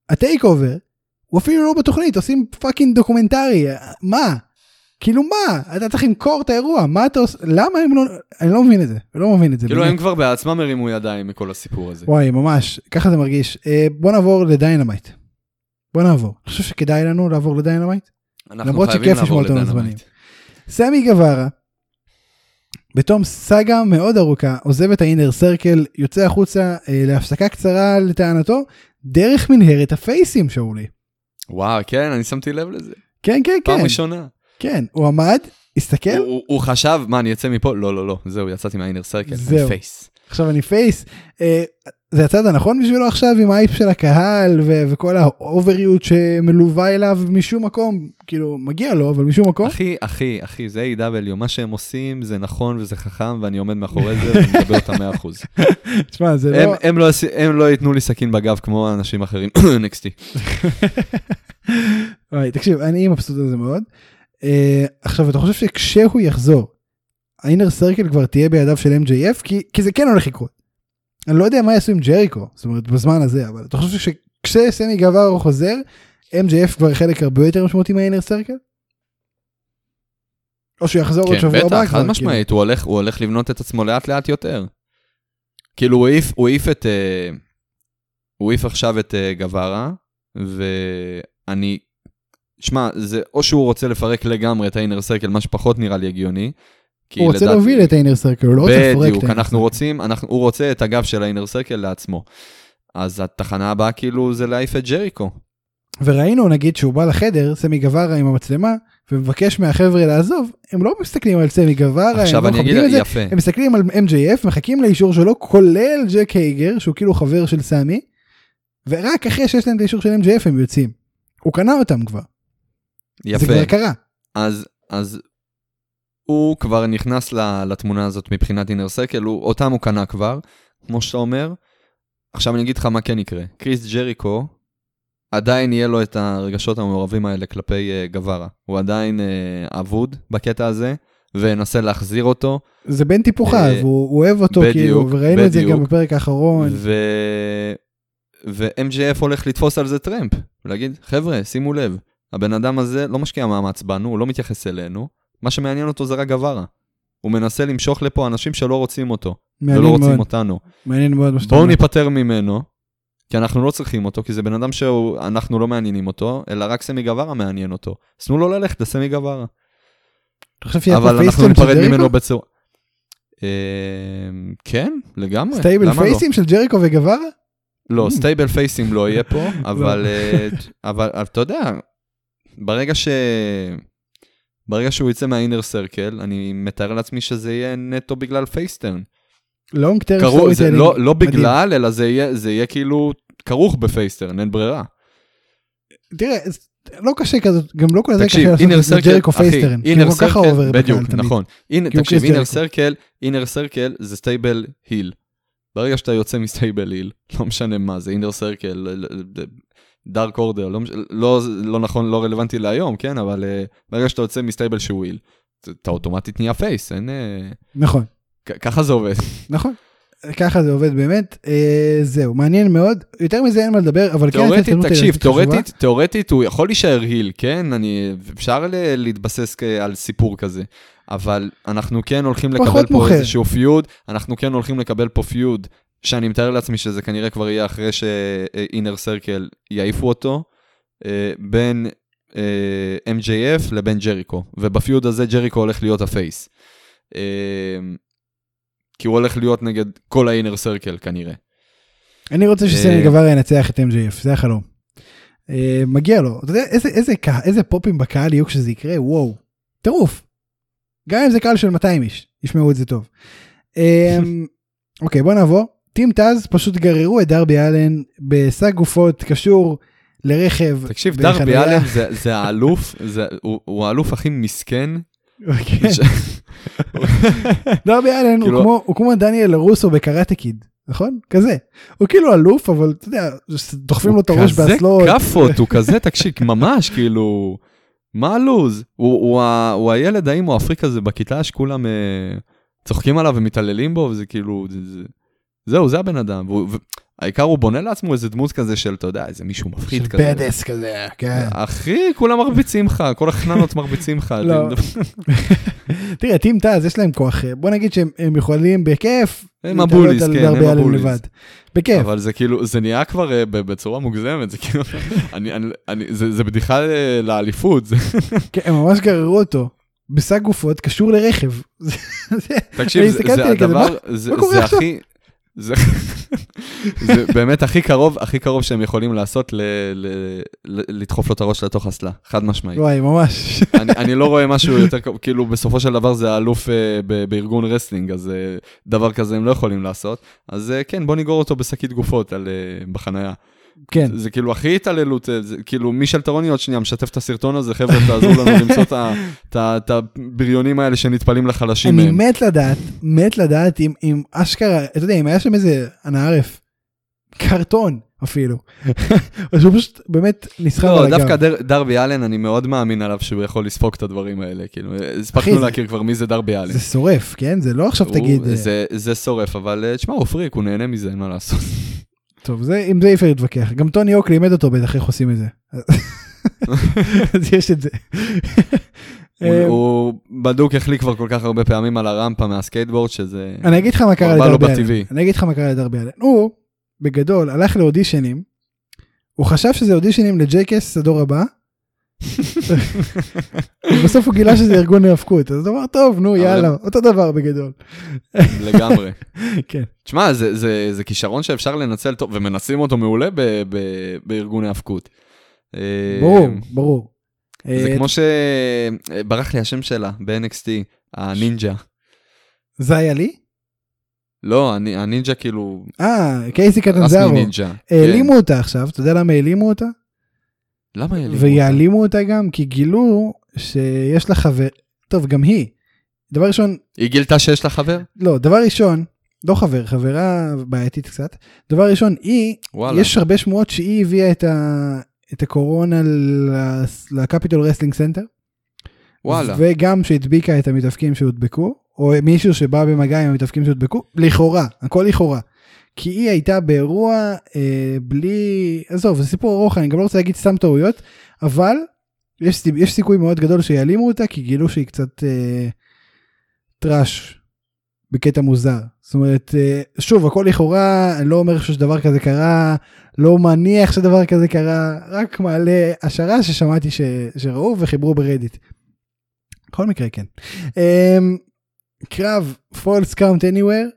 Speaker 1: הטייק אובר הוא אפילו לא בתוכנית עושים פאקינג דוקומנטרי מה כאילו מה אתה צריך למכור את האירוע מה אתה עושה למה הם לא אני לא מבין את זה אני לא מבין את זה.
Speaker 2: כאילו
Speaker 1: באמת.
Speaker 2: הם כבר בעצמם הרימו ידיים מכל הסיפור הזה.
Speaker 1: וואי ממש ככה זה מרגיש אה, בוא נעבור לדיינמייט. בוא נעבור אני חושב שכדאי לנו לעבור לדיינמייט.
Speaker 2: אנחנו
Speaker 1: למרות
Speaker 2: חייבים
Speaker 1: שכיף
Speaker 2: לעבור
Speaker 1: לשמוע אותנו
Speaker 2: לדינמייט.
Speaker 1: זמנים. סמי גווארה בתום סאגה מאוד ארוכה עוזב את האינר סרקל, יוצא החוצה אה, להפסקה קצרה לטענתו, דרך מנהרת הפייסים שאולי.
Speaker 2: וואו, כן, אני שמתי לב לזה.
Speaker 1: כן, כן,
Speaker 2: פעם
Speaker 1: כן,
Speaker 2: ראשונה.
Speaker 1: כן, הוא עמד, הסתכל,
Speaker 2: הוא- הוא- הוא חשב, מה, אני אצא מפה? לא, לא, לא, זהו, יצאתי מהאינר סרקל,
Speaker 1: זהו.
Speaker 2: אני פייס.
Speaker 1: עכשיו אני פייס, אה, זה הצד הנכון בשבילו עכשיו עם האייפ של הקהל ו- וכל האובריות שמלווה אליו משום מקום, כאילו מגיע לו אבל משום מקום,
Speaker 2: אחי, אחי, אחי, זה A.W, מה שהם עושים זה נכון וזה חכם, ואני עומד מאחורי זה ומדבר אותם 100%.
Speaker 1: תשמע זה
Speaker 2: הם,
Speaker 1: לא,
Speaker 2: הם, לא, יעשו- הם לא ייתנו לי סכין בגב כמו אנשים אחרים, NXT.
Speaker 1: וואי, תקשיב אני מבסוט על זה מאוד, אה, עכשיו אתה חושב שכשהוא יחזור, האינר סרקל כבר תהיה בידיו של MJF כי, כי זה כן הולך לקרות, אני לא יודע מה יעשו עם ג'ריקו, זאת אומרת בזמן הזה, אבל אתה חושב שכשסמי גבר חוזר, MJF כבר חלק הרבה יותר משמעותי מהאינר סרקל? או שהוא יחזור עוד
Speaker 2: כן,
Speaker 1: שבוע הבא כבר,
Speaker 2: בטח, חד
Speaker 1: כאילו.
Speaker 2: משמעית, הוא הולך, הוא הולך לבנות את עצמו לאט לאט יותר. כאילו, הוא העיף, הוא העיף את... אה, הוא העיף עכשיו את אה, גווארה, ואני... שמע, זה או שהוא רוצה לפרק לגמרי את האינר סרקל, מה שפחות נראה לי הגיוני. כי
Speaker 1: הוא רוצה
Speaker 2: לדעתי-
Speaker 1: להוביל את ה-Inner Circle, הוא לא רוצה לפרק את ה-Inner
Speaker 2: בדיוק, אנחנו
Speaker 1: Circle.
Speaker 2: רוצים, אנחנו, הוא רוצה את הגב של האינר סרקל לעצמו. אז התחנה הבאה כאילו זה להעיף את ג'ריקו.
Speaker 1: וראינו נגיד שהוא בא לחדר, סמי גווארה עם המצלמה, ומבקש מהחבר'ה לעזוב, הם לא מסתכלים על סמי גווארה, הם
Speaker 2: עכשיו
Speaker 1: לא
Speaker 2: אני אגיד,
Speaker 1: מכבדים את זה,
Speaker 2: יפה.
Speaker 1: הם מסתכלים על MJF, מחכים לאישור שלו, כולל ג'ק הייגר, שהוא כאילו חבר של סמי, ורק אחרי שיש להם את האישור של MJF הם יוצאים. הוא קנה אותם כבר, זה
Speaker 2: יפה.
Speaker 1: כבר קרה.
Speaker 2: אז, אז הוא כבר נכנס ל- לתמונה הזאת מבחינת אינר סקל, הוא, אותם הוא קנה כבר, כמו שאתה אומר. עכשיו אני אגיד לך מה כן יקרה. קריס ג'ריקו, עדיין יהיה לו את הרגשות המעורבים האלה כלפי uh, גווארה. הוא עדיין uh, אבוד בקטע הזה, וינסה להחזיר אותו,
Speaker 1: זה בן טיפוחיו,
Speaker 2: אה,
Speaker 1: הוא הוא אוהב אותו
Speaker 2: בדיוק,
Speaker 1: כאילו, וראינו את זה
Speaker 2: בדיוק.
Speaker 1: גם בפרק האחרון.
Speaker 2: ו... ו-MJF הולך לתפוס על זה טרמפ, ולהגיד, חבר'ה, שימו לב, הבן אדם הזה לא משקיע מאמץ בנו, הוא לא מתייחס אלינו, מה שמעניין אותו זה רק גווארה. הוא מנסה למשוך לפה אנשים שלא רוצים אותו, ולא
Speaker 1: מעניין
Speaker 2: רוצים
Speaker 1: מאוד,
Speaker 2: אותנו.
Speaker 1: מעניין מאוד מה שאתה
Speaker 2: בואו
Speaker 1: אומר.
Speaker 2: ניפטר ממנו, כי אנחנו לא צריכים אותו, כי זה בן אדם שאנחנו לא מעניינים אותו, אלא רק סמי גווארה מעניין אותו. אז תנו לו ללכת לסמי גווארה.
Speaker 1: אתה חושב שיהיה פה
Speaker 2: אבל אנחנו
Speaker 1: פייסטון של
Speaker 2: ניפרד
Speaker 1: ג'ריקו?
Speaker 2: ממנו בצורה... אמ, כן, לגמרי.
Speaker 1: סטייבל
Speaker 2: למה לא?
Speaker 1: פייסים של ג'ריקו וגווארה?
Speaker 2: לא,
Speaker 1: Mm.
Speaker 2: סטייבל פייסים לא יהיה פה, אבל אה, אבל אבל אתה יודע, ברגע ש... ברגע שהוא יצא מהאינר סרקל, אני מתאר לעצמי שזה יהיה נטו בגלל פייסטרן.
Speaker 1: לונג טרם
Speaker 2: קרו- זה לא- לא
Speaker 1: מדהים.
Speaker 2: בגלל, אלא זה יהיה- זה יהיה כאילו כרוך בפייסטרן, אין ברירה.
Speaker 1: תראה, אז לא קשה כזאת, גם לא כל זה
Speaker 2: תקשיב,
Speaker 1: קשה לעשות
Speaker 2: אינר
Speaker 1: את זה
Speaker 2: סרקל,
Speaker 1: ג'ריקו
Speaker 2: אחי,
Speaker 1: פייסטרן. כי
Speaker 2: אינר
Speaker 1: הוא כל כך
Speaker 2: סרקל,
Speaker 1: האובר
Speaker 2: בדיוק,
Speaker 1: בקהל תמיד.
Speaker 2: נכון. הנה,
Speaker 1: כי הוא
Speaker 2: תקשיב,
Speaker 1: קריס
Speaker 2: אינר
Speaker 1: ג'ריקו.
Speaker 2: סרקל, אינר סרקל זה סטייבל היל. ברגע שאתה יוצא מסטייבל היל, לא משנה מה, זה אינר סרקל, דארק אורדר, לא לא נכון, לא רלוונטי להיום, כן, אבל אה, ברגע שאתה יוצא מסטייבל שהוא היל, אתה אוטומטית נהיה פייס, אין... אה,
Speaker 1: נכון,
Speaker 2: כ- ככה זה עובד.
Speaker 1: נכון. ככה זה עובד באמת. אה, זהו, מעניין מאוד. יותר מזה אין מה לדבר, אבל כן, הייתה
Speaker 2: תאורטית,
Speaker 1: התקדמות
Speaker 2: תקשיב,
Speaker 1: תיירותית חשובה.
Speaker 2: תאורטית, תאורטית הוא יכול להישאר היל, כן? אני, אפשר ל- להתבסס כ- על סיפור כזה, אבל אנחנו כן הולכים
Speaker 1: פחות
Speaker 2: לקבל פה
Speaker 1: מוכר.
Speaker 2: איזשהו פיוד, אנחנו כן הולכים לקבל פה פיוד, שאני מתאר לעצמי שזה כנראה כבר יהיה אחרי שאינר סרקל יעיפו אותו, אה, בין אה, MJF לבין ג'ריקו, ובפיוד הזה ג'ריקו הולך להיות הפייס. אה, כי הוא הולך להיות נגד כל האינר סרקל כנראה.
Speaker 1: אני רוצה שסמי
Speaker 2: אה,
Speaker 1: גווארה ינצח את MJF, זה החלום. אה, מגיע לו. אתה יודע איזה- איזה קה- איזה פופים בקהל יהיו כשזה יקרה, וואו. טירוף. גם אם זה קהל של 200 איש, ישמעו את זה טוב. אה, אוקיי, בוא נעבור. טים טאז פשוט גררו את דרבי אלן בשק גופות קשור לרכב.
Speaker 2: תקשיב, דרבי
Speaker 1: בחנייה.
Speaker 2: אלן זה- זה האלוף, זה- הוא- הוא האלוף הכי מסכן.
Speaker 1: כן. דרבי אלן הוא
Speaker 2: כאילו-
Speaker 1: כמו- הוא כמו דניאל רוסו בקראטה קיד, נכון? כזה. הוא כאילו אלוף, אבל אתה יודע, דוחפים לו את הראש באסלות.
Speaker 2: הוא כזה כאפות, הוא כזה, תקשיב, ממש, כאילו, מה הלו"ז? הוא- הוא ה- הוא הילד האם הוא אפריק הזה בכיתה שכולם אה, צוחקים עליו ומתעללים בו, וזה כאילו, זה- זה- זהו, זה הבן אדם. והוא- והעיקר הוא בונה לעצמו איזה דמות כזה של, אתה יודע, איזה מישהו מפחיד
Speaker 1: של
Speaker 2: כזה.
Speaker 1: בדס כזה, כן.
Speaker 2: אחי, כולם מרביצים לך, כל החננות מרביצים לך.
Speaker 1: לא. תראה, טים טאז יש להם כוח, אה, בוא נגיד שהם הם יכולים בכיף.
Speaker 2: הם
Speaker 1: להתעלות
Speaker 2: הבוליס,
Speaker 1: על
Speaker 2: כן,
Speaker 1: דרבי
Speaker 2: הם
Speaker 1: אלן
Speaker 2: הבוליס.
Speaker 1: לבד. בכיף.
Speaker 2: אבל זה כאילו, זה נהיה כבר אה, ב- בצורה מוגזמת, זה כאילו, אני, אני, אני, זה, זה בדיחה אה, לאליפות, זה
Speaker 1: כן, הם ממש גררו אותו. בשק גופות קשור לרכב. זה- זה-
Speaker 2: תקשיב,
Speaker 1: אני
Speaker 2: זה-
Speaker 1: הסתכלתי
Speaker 2: זה
Speaker 1: על זה,
Speaker 2: הדבר, זה
Speaker 1: מה קורה
Speaker 2: זה
Speaker 1: עכשיו?
Speaker 2: הכי, זה זה באמת הכי קרוב, הכי קרוב שהם יכולים לעשות ל- ל- ל- לדחוף לו את הראש לתוך אסלה, חד משמעית.
Speaker 1: וואי, ממש.
Speaker 2: אני, אני לא רואה משהו יותר קרוב, כאילו בסופו של דבר זה האלוף אה, ב- בארגון רסלינג, אז אה, דבר כזה הם לא יכולים לעשות. אז אה, כן, בוא נגרור אותו בשקית גופות על, אה, בחנייה.
Speaker 1: כן.
Speaker 2: זה כאילו הכי התעללות, אה, זה, כאילו מישל טרוני עוד שנייה משתף את הסרטון הזה, חבר'ה, תעזרו לנו למצוא את ה- את ה- את הבריונים האלה שנטפלים לחלשים
Speaker 1: אני
Speaker 2: מהם.
Speaker 1: מת לדעת, מת לדעת אם- אם אשכרה, אתה יודע, אם היה שם איזה אנערף, קרטון אפילו. או שהוא פשוט באמת נסחב על
Speaker 2: לא,
Speaker 1: הגב.
Speaker 2: דווקא דר, דרבי אלן, אני מאוד מאמין עליו שהוא יכול לספוג את הדברים האלה, כאילו, אה, הספקנו
Speaker 1: אחי, זה-
Speaker 2: להכיר כבר מי זה דרבי אלן.
Speaker 1: זה שורף, כן? זה לא עכשיו
Speaker 2: הוא-
Speaker 1: תגיד... אה,
Speaker 2: זה, זה שורף, אבל אה, תשמע, הוא פריק, הוא נהנה מזה, אין מה לעשות.
Speaker 1: טוב, זה, עם זה אי אפשר להתווכח. גם טוני אוק לימד אותו בטח איך עושים את זה. אז יש את זה. אה,
Speaker 2: הוא- הוא בדוק החליק כבר כל כך הרבה פעמים על הרמפה מהסקייטבורד, שזה...
Speaker 1: אני אגיד לך מה קרה
Speaker 2: כבר בא לו
Speaker 1: לדרבי אלן.
Speaker 2: בטבעי.
Speaker 1: אני אגיד לך מה קרה לדרבי אלן. הוא, בגדול, הלך לאודישנים, הוא חשב שזה אודישנים לג'ייקס הדור הבא, ובסוף הוא גילה שזה ארגון היאבקות, אז הוא אמר, טוב, נו,
Speaker 2: אבל
Speaker 1: יאללה,
Speaker 2: הם-
Speaker 1: אותו דבר בגדול.
Speaker 2: לגמרי.
Speaker 1: כן.
Speaker 2: תשמע, זה, זה, זה כישרון שאפשר לנצל טוב, ומנסים אותו מעולה ב, ב, בארגון האבקות. אה,
Speaker 1: ברור, ברור.
Speaker 2: זה
Speaker 1: אה,
Speaker 2: כמו ש... אה, ברח לי השם שלה ב-NXT, הנינג'ה.
Speaker 1: זה היה לי?
Speaker 2: לא, הנ- הנינג'ה כאילו...
Speaker 1: אה, קייסי
Speaker 2: רסמי
Speaker 1: קטנזרו.
Speaker 2: נינג'ה.
Speaker 1: העלימו אותה עכשיו, אתה יודע למה העלימו אותה?
Speaker 2: כן. למה העלימו?
Speaker 1: ויעלימו אותה גם כי גילו שיש לה חבר טוב גם היא. דבר ראשון
Speaker 2: היא גילתה שיש לה חבר?
Speaker 1: לא דבר ראשון לא חבר חברה בעייתית קצת דבר ראשון היא
Speaker 2: וואלה.
Speaker 1: יש הרבה שמועות שהיא הביאה את, ה, את הקורונה ל- לקפיטול רסלינג סנטר
Speaker 2: וואלה.
Speaker 1: וגם שהדביקה את המתאבקים שהודבקו או מישהו שבא במגע עם המתאבקים שהודבקו לכאורה הכל לכאורה. כי היא הייתה באירוע אה, בלי עזוב זה סיפור ארוך אני גם לא רוצה להגיד סתם טעויות אבל יש, סיב- יש סיכוי מאוד גדול שיעלימו אותה כי גילו שהיא קצת אה, טראש בקטע מוזר זאת אומרת אה, שוב הכל לכאורה אני לא אומר שדבר כזה קרה לא מניח שדבר כזה קרה רק מעלה השערה ששמעתי ש, שראו וחיברו ברדיט. בכל מקרה כן. אה, קרב false count anywhere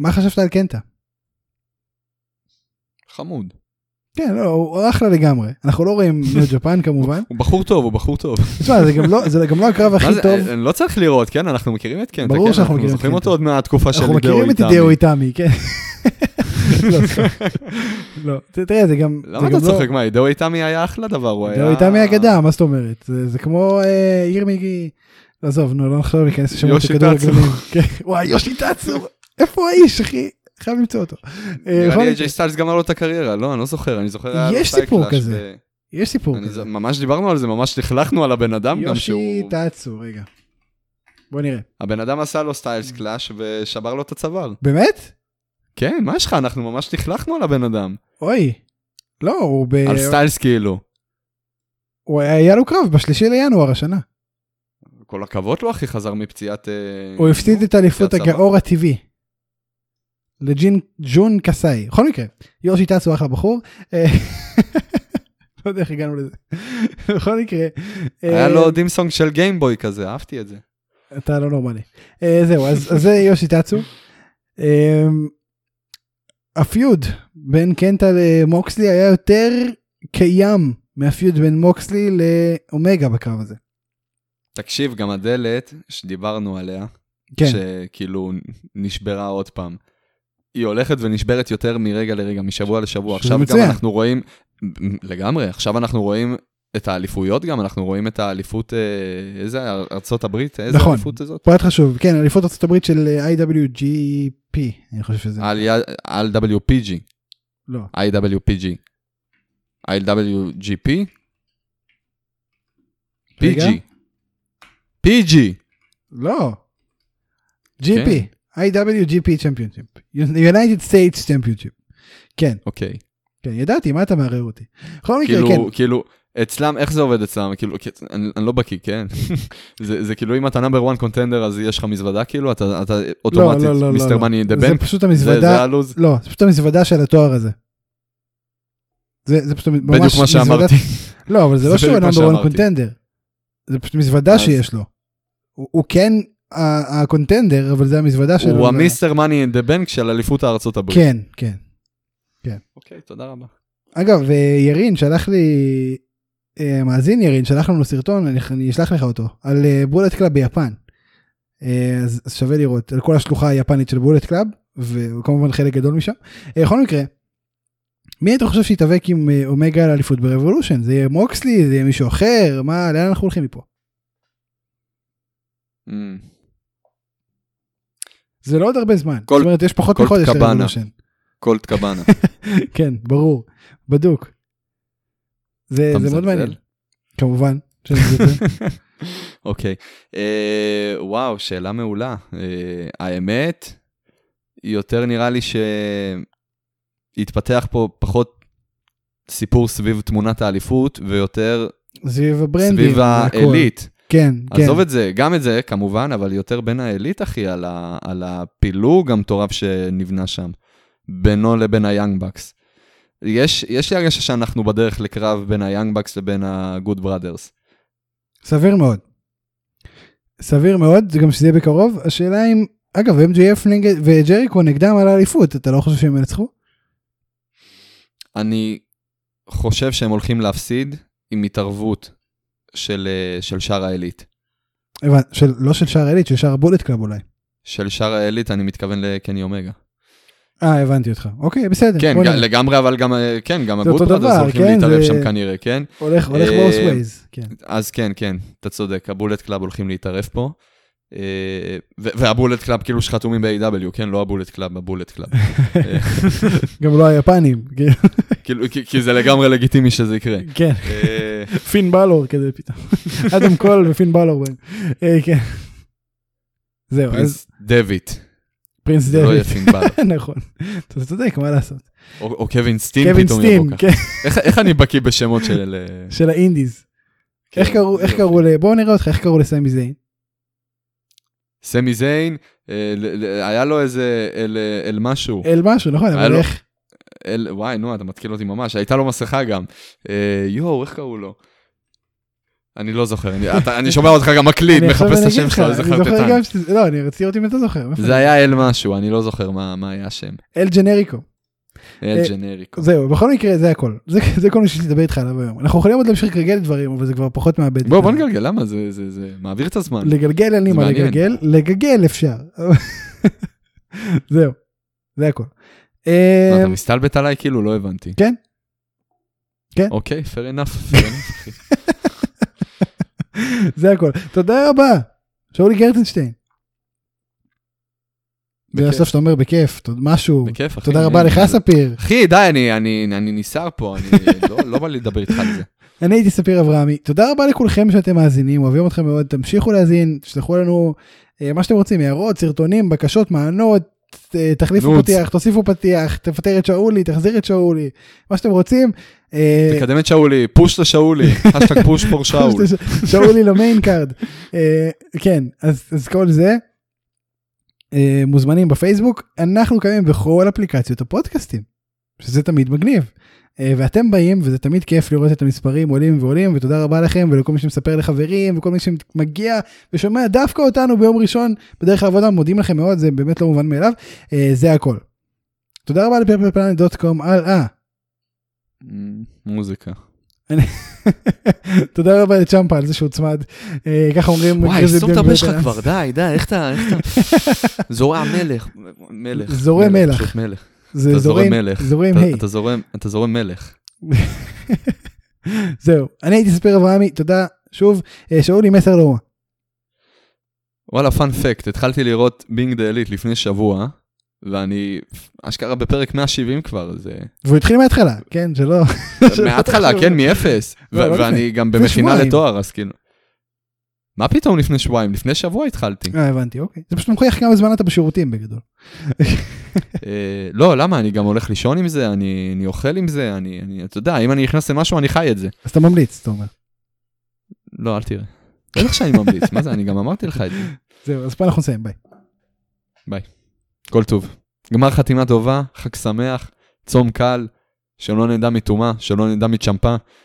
Speaker 1: מה חשבת על קנטה?
Speaker 2: חמוד.
Speaker 1: כן לא הוא אחלה לגמרי אנחנו לא רואים ניו ג'פן כמובן.
Speaker 2: הוא בחור טוב, הוא בחור טוב.
Speaker 1: תשמע, זה גם לא זה גם לא הקרב
Speaker 2: מה
Speaker 1: הכי
Speaker 2: זה,
Speaker 1: טוב.
Speaker 2: אה, לא צריך לראות, כן? אנחנו מכירים את קנטה,
Speaker 1: ברור
Speaker 2: כן?
Speaker 1: שאנחנו מכירים את
Speaker 2: אנחנו זוכרים
Speaker 1: קנטה.
Speaker 2: אותו עוד מהתקופה של
Speaker 1: אנחנו מכירים את
Speaker 2: איתמי.
Speaker 1: אידאו איתמי, כן. לא, סליחה. לא, ת- תראה, זה גם...
Speaker 2: למה אתה צוחק? מה, אידאו איתמי היה אחלה דבר, הוא היה...
Speaker 1: אידאו איתמי אגדה, מה זאת אומרת? זה זה כמו אה, עיר מגי... עזוב, נו, לא נחשוב להיכנס לשמות
Speaker 2: יושי
Speaker 1: הכדורגלנים.
Speaker 2: טאצו.
Speaker 1: כן, וואי, יושי טאצו, איפה האיש, אחי? חייב למצוא אותו. אה, בכל
Speaker 2: נראה לי
Speaker 1: מקרה,
Speaker 2: אג'יי סטיילס גמר לו את הקריירה, לא, אני לא זוכר, אני זוכר... היה לו
Speaker 1: יש
Speaker 2: סייקלאש
Speaker 1: סיפור
Speaker 2: ב-
Speaker 1: כזה. יש סיפור
Speaker 2: אני-
Speaker 1: כזה.
Speaker 2: זה- ממש דיברנו על זה, ממש לכלכנו על הבן אדם גם
Speaker 1: יושי
Speaker 2: שהוא...
Speaker 1: טאצו, רגע. בוא נראה.
Speaker 2: הבן אדם עשה לו סטיילס קלאש ושבר לו את הצוואר.
Speaker 1: באמת?
Speaker 2: כן, מה יש לך? אנחנו ממש לכלכנו על הבן אדם.
Speaker 1: אוי. לא, הוא ב...
Speaker 2: על סטיילס כאילו.
Speaker 1: הוא היה- היה לו קרב בשלישי לינואר השנה.
Speaker 2: כל הכבוד לו, אחי, חזר מפציעת... אה,
Speaker 1: הוא הפסיד את אליפות
Speaker 2: הצבא.
Speaker 1: הגאור הטבעי. לג'ין ג'ון קסאי. בכל מקרה, יושי טאצו אחלה בחור. אה, לא יודע איך הגענו לזה. בכל מקרה.
Speaker 2: היה
Speaker 1: אה,
Speaker 2: לו דימסונג של גיימבוי כזה, אהבתי את זה.
Speaker 1: אתה לא נורמלי. אה, זהו, אז אז זה יושי טאצו. אה, הפיוד בין קנטה למוקסלי היה יותר קיים מהפיוד בין מוקסלי לאומגה בקרב הזה.
Speaker 2: תקשיב, גם הדלת שדיברנו עליה,
Speaker 1: כן,
Speaker 2: שכאילו נשברה עוד פעם. היא הולכת ונשברת יותר מרגע לרגע, משבוע לשבוע.
Speaker 1: שזה
Speaker 2: עכשיו מצוין.
Speaker 1: מצוין.
Speaker 2: גם אנחנו רואים, לגמרי, עכשיו אנחנו רואים את האליפויות גם, אנחנו רואים את האליפות, אה, איזה, היה? ארצות הברית? איזה
Speaker 1: נכון.
Speaker 2: אליפות זאת?
Speaker 1: פרט חשוב. כן, אליפות ארה"ב של אה, IWGP, אני חושב שזה.
Speaker 2: על, י- על WPG,
Speaker 1: לא.
Speaker 2: IWPG, IWGP,
Speaker 1: רגע.
Speaker 2: PG, PG,
Speaker 1: לא. GP,
Speaker 2: כן.
Speaker 1: IWGP צ'מפיונשיפ, United States צ'מפיונשיפ. כן,
Speaker 2: אוקיי.
Speaker 1: כן, ידעתי, מה אתה מערער אותי? בכל מקרה, כן,
Speaker 2: כאילו, כאילו, אצלם, איך זה עובד אצלם? כאילו, כי- אני אני לא בקיא, כן? זה זה כאילו, אם אתה נאמבר 1 קונטנדר, אז יש לך מזוודה, כאילו, אתה אתה
Speaker 1: לא,
Speaker 2: אוטומטית,
Speaker 1: לא, לא, לא,
Speaker 2: מיסטר
Speaker 1: לא.
Speaker 2: מאני דה
Speaker 1: זה
Speaker 2: בנק,
Speaker 1: פשוט
Speaker 2: זה זה
Speaker 1: המזוודה,
Speaker 2: הלו"ז,
Speaker 1: לא, זה פשוט המזוודה של התואר הזה. זה זה פשוט ממש
Speaker 2: בדיוק מה
Speaker 1: מזוודה-
Speaker 2: שאמרתי.
Speaker 1: לא, אבל זה
Speaker 2: זה
Speaker 1: לא שהוא
Speaker 2: בדיוק מה
Speaker 1: נאמבר 1
Speaker 2: שאמרתי.
Speaker 1: קונטנדר. זה פשוט מזוודה
Speaker 2: אז-
Speaker 1: שיש לו. הוא הוא כן ה- הקונטנדר, אבל זה המזוודה שלו.
Speaker 2: הוא
Speaker 1: זה-
Speaker 2: המיסטר מאני אין דה בנק של אליפות ארצות הברית.
Speaker 1: כן, כן.
Speaker 2: אוקיי, תודה רבה.
Speaker 1: אגב, אה, ירין שלח לי, אה, מאזין ירין שלח לנו סרטון, אני- אני אשלח לך אותו, על אה, בולט קלאב ביפן. אה, אז אז שווה לראות, על כל השלוחה היפנית של בולט קלאב, וכמובן חלק גדול משם. אה, בכל מקרה, מי היית חושב שיתאבק עם אה, אומגה על אליפות ברבולושן? זה יהיה מוקסלי? זה יהיה מישהו אחר? מה, לאן אנחנו הולכים מפה?
Speaker 2: אמ,
Speaker 1: זה לא עוד הרבה זמן.
Speaker 2: כל-
Speaker 1: זאת אומרת, יש פחות
Speaker 2: כל
Speaker 1: מחודש
Speaker 2: קבאנה.
Speaker 1: לרבולושן.
Speaker 2: קולט קבאנה.
Speaker 1: כן, ברור, בדוק. זה
Speaker 2: אתה
Speaker 1: זה מאוד
Speaker 2: מזלזל?
Speaker 1: מעניין. כמובן. שאני מזלזל.
Speaker 2: אוקיי. אה, וואו, שאלה מעולה. אה, האמת, יותר נראה לי שהתפתח פה פחות סיפור סביב תמונת האליפות, ויותר
Speaker 1: סביב הברנדים.
Speaker 2: סביב
Speaker 1: והכל.
Speaker 2: האליט.
Speaker 1: כן, כן.
Speaker 2: עזוב את זה, גם את זה כמובן, אבל יותר בין האליט, אחי, על, ה, על הפילוג המטורף שנבנה שם, בינו לבין היאנג בקס. יש, יש לי הרגשה שאנחנו בדרך לקרב בין היאנג בקס לבין הגוד בראדרס.
Speaker 1: סביר מאוד. סביר מאוד, זה גם שזה יהיה בקרוב. השאלה אם, אגב, MJF נגד וג'ריקו נגדם על האליפות, אתה לא חושב שהם ינצחו?
Speaker 2: אני חושב שהם הולכים להפסיד עם התערבות של, אה, של שאר האליט.
Speaker 1: הבנ- של, לא של שער עילית, של שער בולט קלאב אולי.
Speaker 2: של שאר האליט, אני מתכוון לקני אומגה.
Speaker 1: אה, הבנתי אותך. אוקיי, בסדר.
Speaker 2: כן,
Speaker 1: בוא
Speaker 2: ג-
Speaker 1: נראה.
Speaker 2: לגמרי, אבל גם, אה, כן, גם
Speaker 1: זה
Speaker 2: הגוד
Speaker 1: אותו
Speaker 2: בראדרס
Speaker 1: דבר,
Speaker 2: הולכים
Speaker 1: כן,
Speaker 2: להתערב
Speaker 1: זה-
Speaker 2: שם כנראה, כן?
Speaker 1: הולך, הולך
Speaker 2: אה,
Speaker 1: בורס ווייז. כן.
Speaker 2: אז כן, כן, אתה צודק, הבולט קלאב הולכים להתערב פה. אה, ו- והבולט קלאב כאילו שחתומים ב-AW, כן? לא הבולט קלאב, הבולט קלאב. אה,
Speaker 1: גם לא היפנים. כן.
Speaker 2: כאילו, כי- כי זה לגמרי לגיטימי שזה יקרה.
Speaker 1: כן,
Speaker 2: אה,
Speaker 1: פין בלור כזה פתאום. אדם קול ופין בלור בהם. אה, כן. זהו, אז
Speaker 2: פרינס דויט,
Speaker 1: פרינס
Speaker 2: זה לא
Speaker 1: דויד.
Speaker 2: יהיה פינבל.
Speaker 1: נכון. אתה צודק, מה לעשות?
Speaker 2: או או קווין סטין
Speaker 1: קווין
Speaker 2: פתאום יבוא
Speaker 1: סטין,
Speaker 2: ככה.
Speaker 1: כן,
Speaker 2: איך- איך אני בקיא בשמות של... אה,
Speaker 1: של האינדיז.
Speaker 2: כן,
Speaker 1: איך קראו, איך קראו ל... בואו נראה אותך, איך קראו לסמי זיין?
Speaker 2: סמי זיין, אה, ל- ל- היה לו איזה אל- אה, אל משהו.
Speaker 1: אל משהו, נכון,
Speaker 2: היה
Speaker 1: אבל
Speaker 2: לו-
Speaker 1: איך...
Speaker 2: אל, וואי, נו, אתה מתקיל אותי ממש, הייתה לו מסכה גם. אה, יואו, איך קראו לו? אני לא זוכר, אני, אתה, אני שומע אותך גם מקליט,
Speaker 1: אני עכשיו
Speaker 2: מחפש את
Speaker 1: אני אגיד
Speaker 2: השם
Speaker 1: לך,
Speaker 2: שלך, לא
Speaker 1: אני
Speaker 2: זוכר
Speaker 1: זוכר
Speaker 2: קטן.
Speaker 1: גם שזה- לא, אני רציתי לראות אם אתה זוכר. מה
Speaker 2: זה היה אל משהו, אני לא זוכר מה, מה היה השם.
Speaker 1: אל ג'נריקו. אה,
Speaker 2: אל ג'נריקו.
Speaker 1: זהו, בכל מקרה זה הכל. זה זה כל מה שיש לי לדבר איתך עליו היום. אנחנו יכולים עוד להמשיך לגלגל דברים, אבל זה כבר פחות מאבד.
Speaker 2: בוא, בוא
Speaker 1: אותנו.
Speaker 2: נגלגל, למה? זה, זה, זה מעביר את הזמן.
Speaker 1: לגלגל אין לי
Speaker 2: זה
Speaker 1: מה
Speaker 2: מעניין.
Speaker 1: לגלגל, לגגל אפשר. זהו, זה הכל. אה,
Speaker 2: מה, אתה מסתלבט עליי? כאילו, לא הבנתי.
Speaker 1: כן. כן.
Speaker 2: אוקיי, fair enough. fair enough, אחי.
Speaker 1: זה הכל. תודה רבה, שאולי גרטנשטיין. זה
Speaker 2: בכיף.
Speaker 1: הסוף שאתה אומר בכיף, תודה- משהו.
Speaker 2: בכיף, אחי.
Speaker 1: תודה רבה
Speaker 2: אני-
Speaker 1: לך ספיר.
Speaker 2: אחי, די, אני, אני, אני נסער פה, אני לא, לא בא לי לדבר איתך על זה.
Speaker 1: אני הייתי ספיר אברהמי. תודה רבה לכולכם שאתם מאזינים, אוהבים אתכם מאוד, תמשיכו להאזין, תשלחו לנו אה, מה שאתם רוצים, הערות, סרטונים, בקשות, מענות, אה, תחליפו
Speaker 2: נוץ.
Speaker 1: פתיח, תוסיפו פתיח, תפטר את שאולי, תחזיר את שאולי, מה שאתם רוצים. אה,
Speaker 2: תקדם את שאולי, פוש לשאולי, השטג פוש פור שאול.
Speaker 1: שאולי למיין קארד. אה, כן, אז אז כל זה. אה, מוזמנים בפייסבוק, אנחנו קיימים בכל אפליקציות הפודקאסטים, שזה תמיד מגניב. אה, ואתם באים, וזה תמיד כיף לראות את המספרים עולים ועולים, ותודה רבה לכם, ולכל מי שמספר לחברים, וכל מי שמגיע ושומע דווקא אותנו ביום ראשון בדרך לעבודה, מודים לכם מאוד, זה באמת לא מובן מאליו, אה, זה הכל. תודה רבה לפלפלפלנט.קום, הלאה.
Speaker 2: מוזיקה.
Speaker 1: תודה רבה לצ'מפה על זה שהוצמד. אה, ככה אומרים...
Speaker 2: וואי,
Speaker 1: גריזלי
Speaker 2: סתום את
Speaker 1: בן
Speaker 2: הפה שלך
Speaker 1: וטרנס.
Speaker 2: כבר, די, די, איך אתה, איך אתה... זורע מלך, מלך.
Speaker 1: זורם מלח.
Speaker 2: פשוט מלך.
Speaker 1: זה
Speaker 2: אתה זורם
Speaker 1: זורם-
Speaker 2: מלך.
Speaker 1: זורם
Speaker 2: אתה-
Speaker 1: היי.
Speaker 2: אתה זורם, אתה זורם מלך.
Speaker 1: זהו. אני הייתי ספיר אברהמי, תודה. שוב, אה, שאולי מסר לאומה.
Speaker 2: וואלה, פאנ פקט, התחלתי לראות בינג דה אליט לפני שבוע, ואני אשכרה בפרק 170 כבר, זה...
Speaker 1: והוא התחיל מההתחלה, כן? שלא...
Speaker 2: מההתחלה, כן, מאפס. ו-
Speaker 1: לא, לא
Speaker 2: ואני גם
Speaker 1: לפני
Speaker 2: במכינה
Speaker 1: שבועיים.
Speaker 2: לתואר, אז כאילו... מה פתאום לפני שבועיים? לפני שבוע התחלתי.
Speaker 1: אה, הבנתי, אוקיי. זה פשוט מוכיח כמה זמן אתה בשירותים בגדול.
Speaker 2: אה, לא, למה? אני גם הולך לישון עם זה, אני אני אוכל עם זה, אני, אני- אתה יודע, אם אני נכנס למשהו, אני חי את זה.
Speaker 1: אז אתה ממליץ, אתה אומר.
Speaker 2: לא, אל תראה. בטח שאני ממליץ, מה זה, אני גם אמרתי לך את זה.
Speaker 1: זהו, אז פה אנחנו נסיים, ביי.
Speaker 2: כל טוב. גמר חתימה טובה, חג שמח, צום קל, שלא נדע מטומאה, שלא נדע מצ'מפה,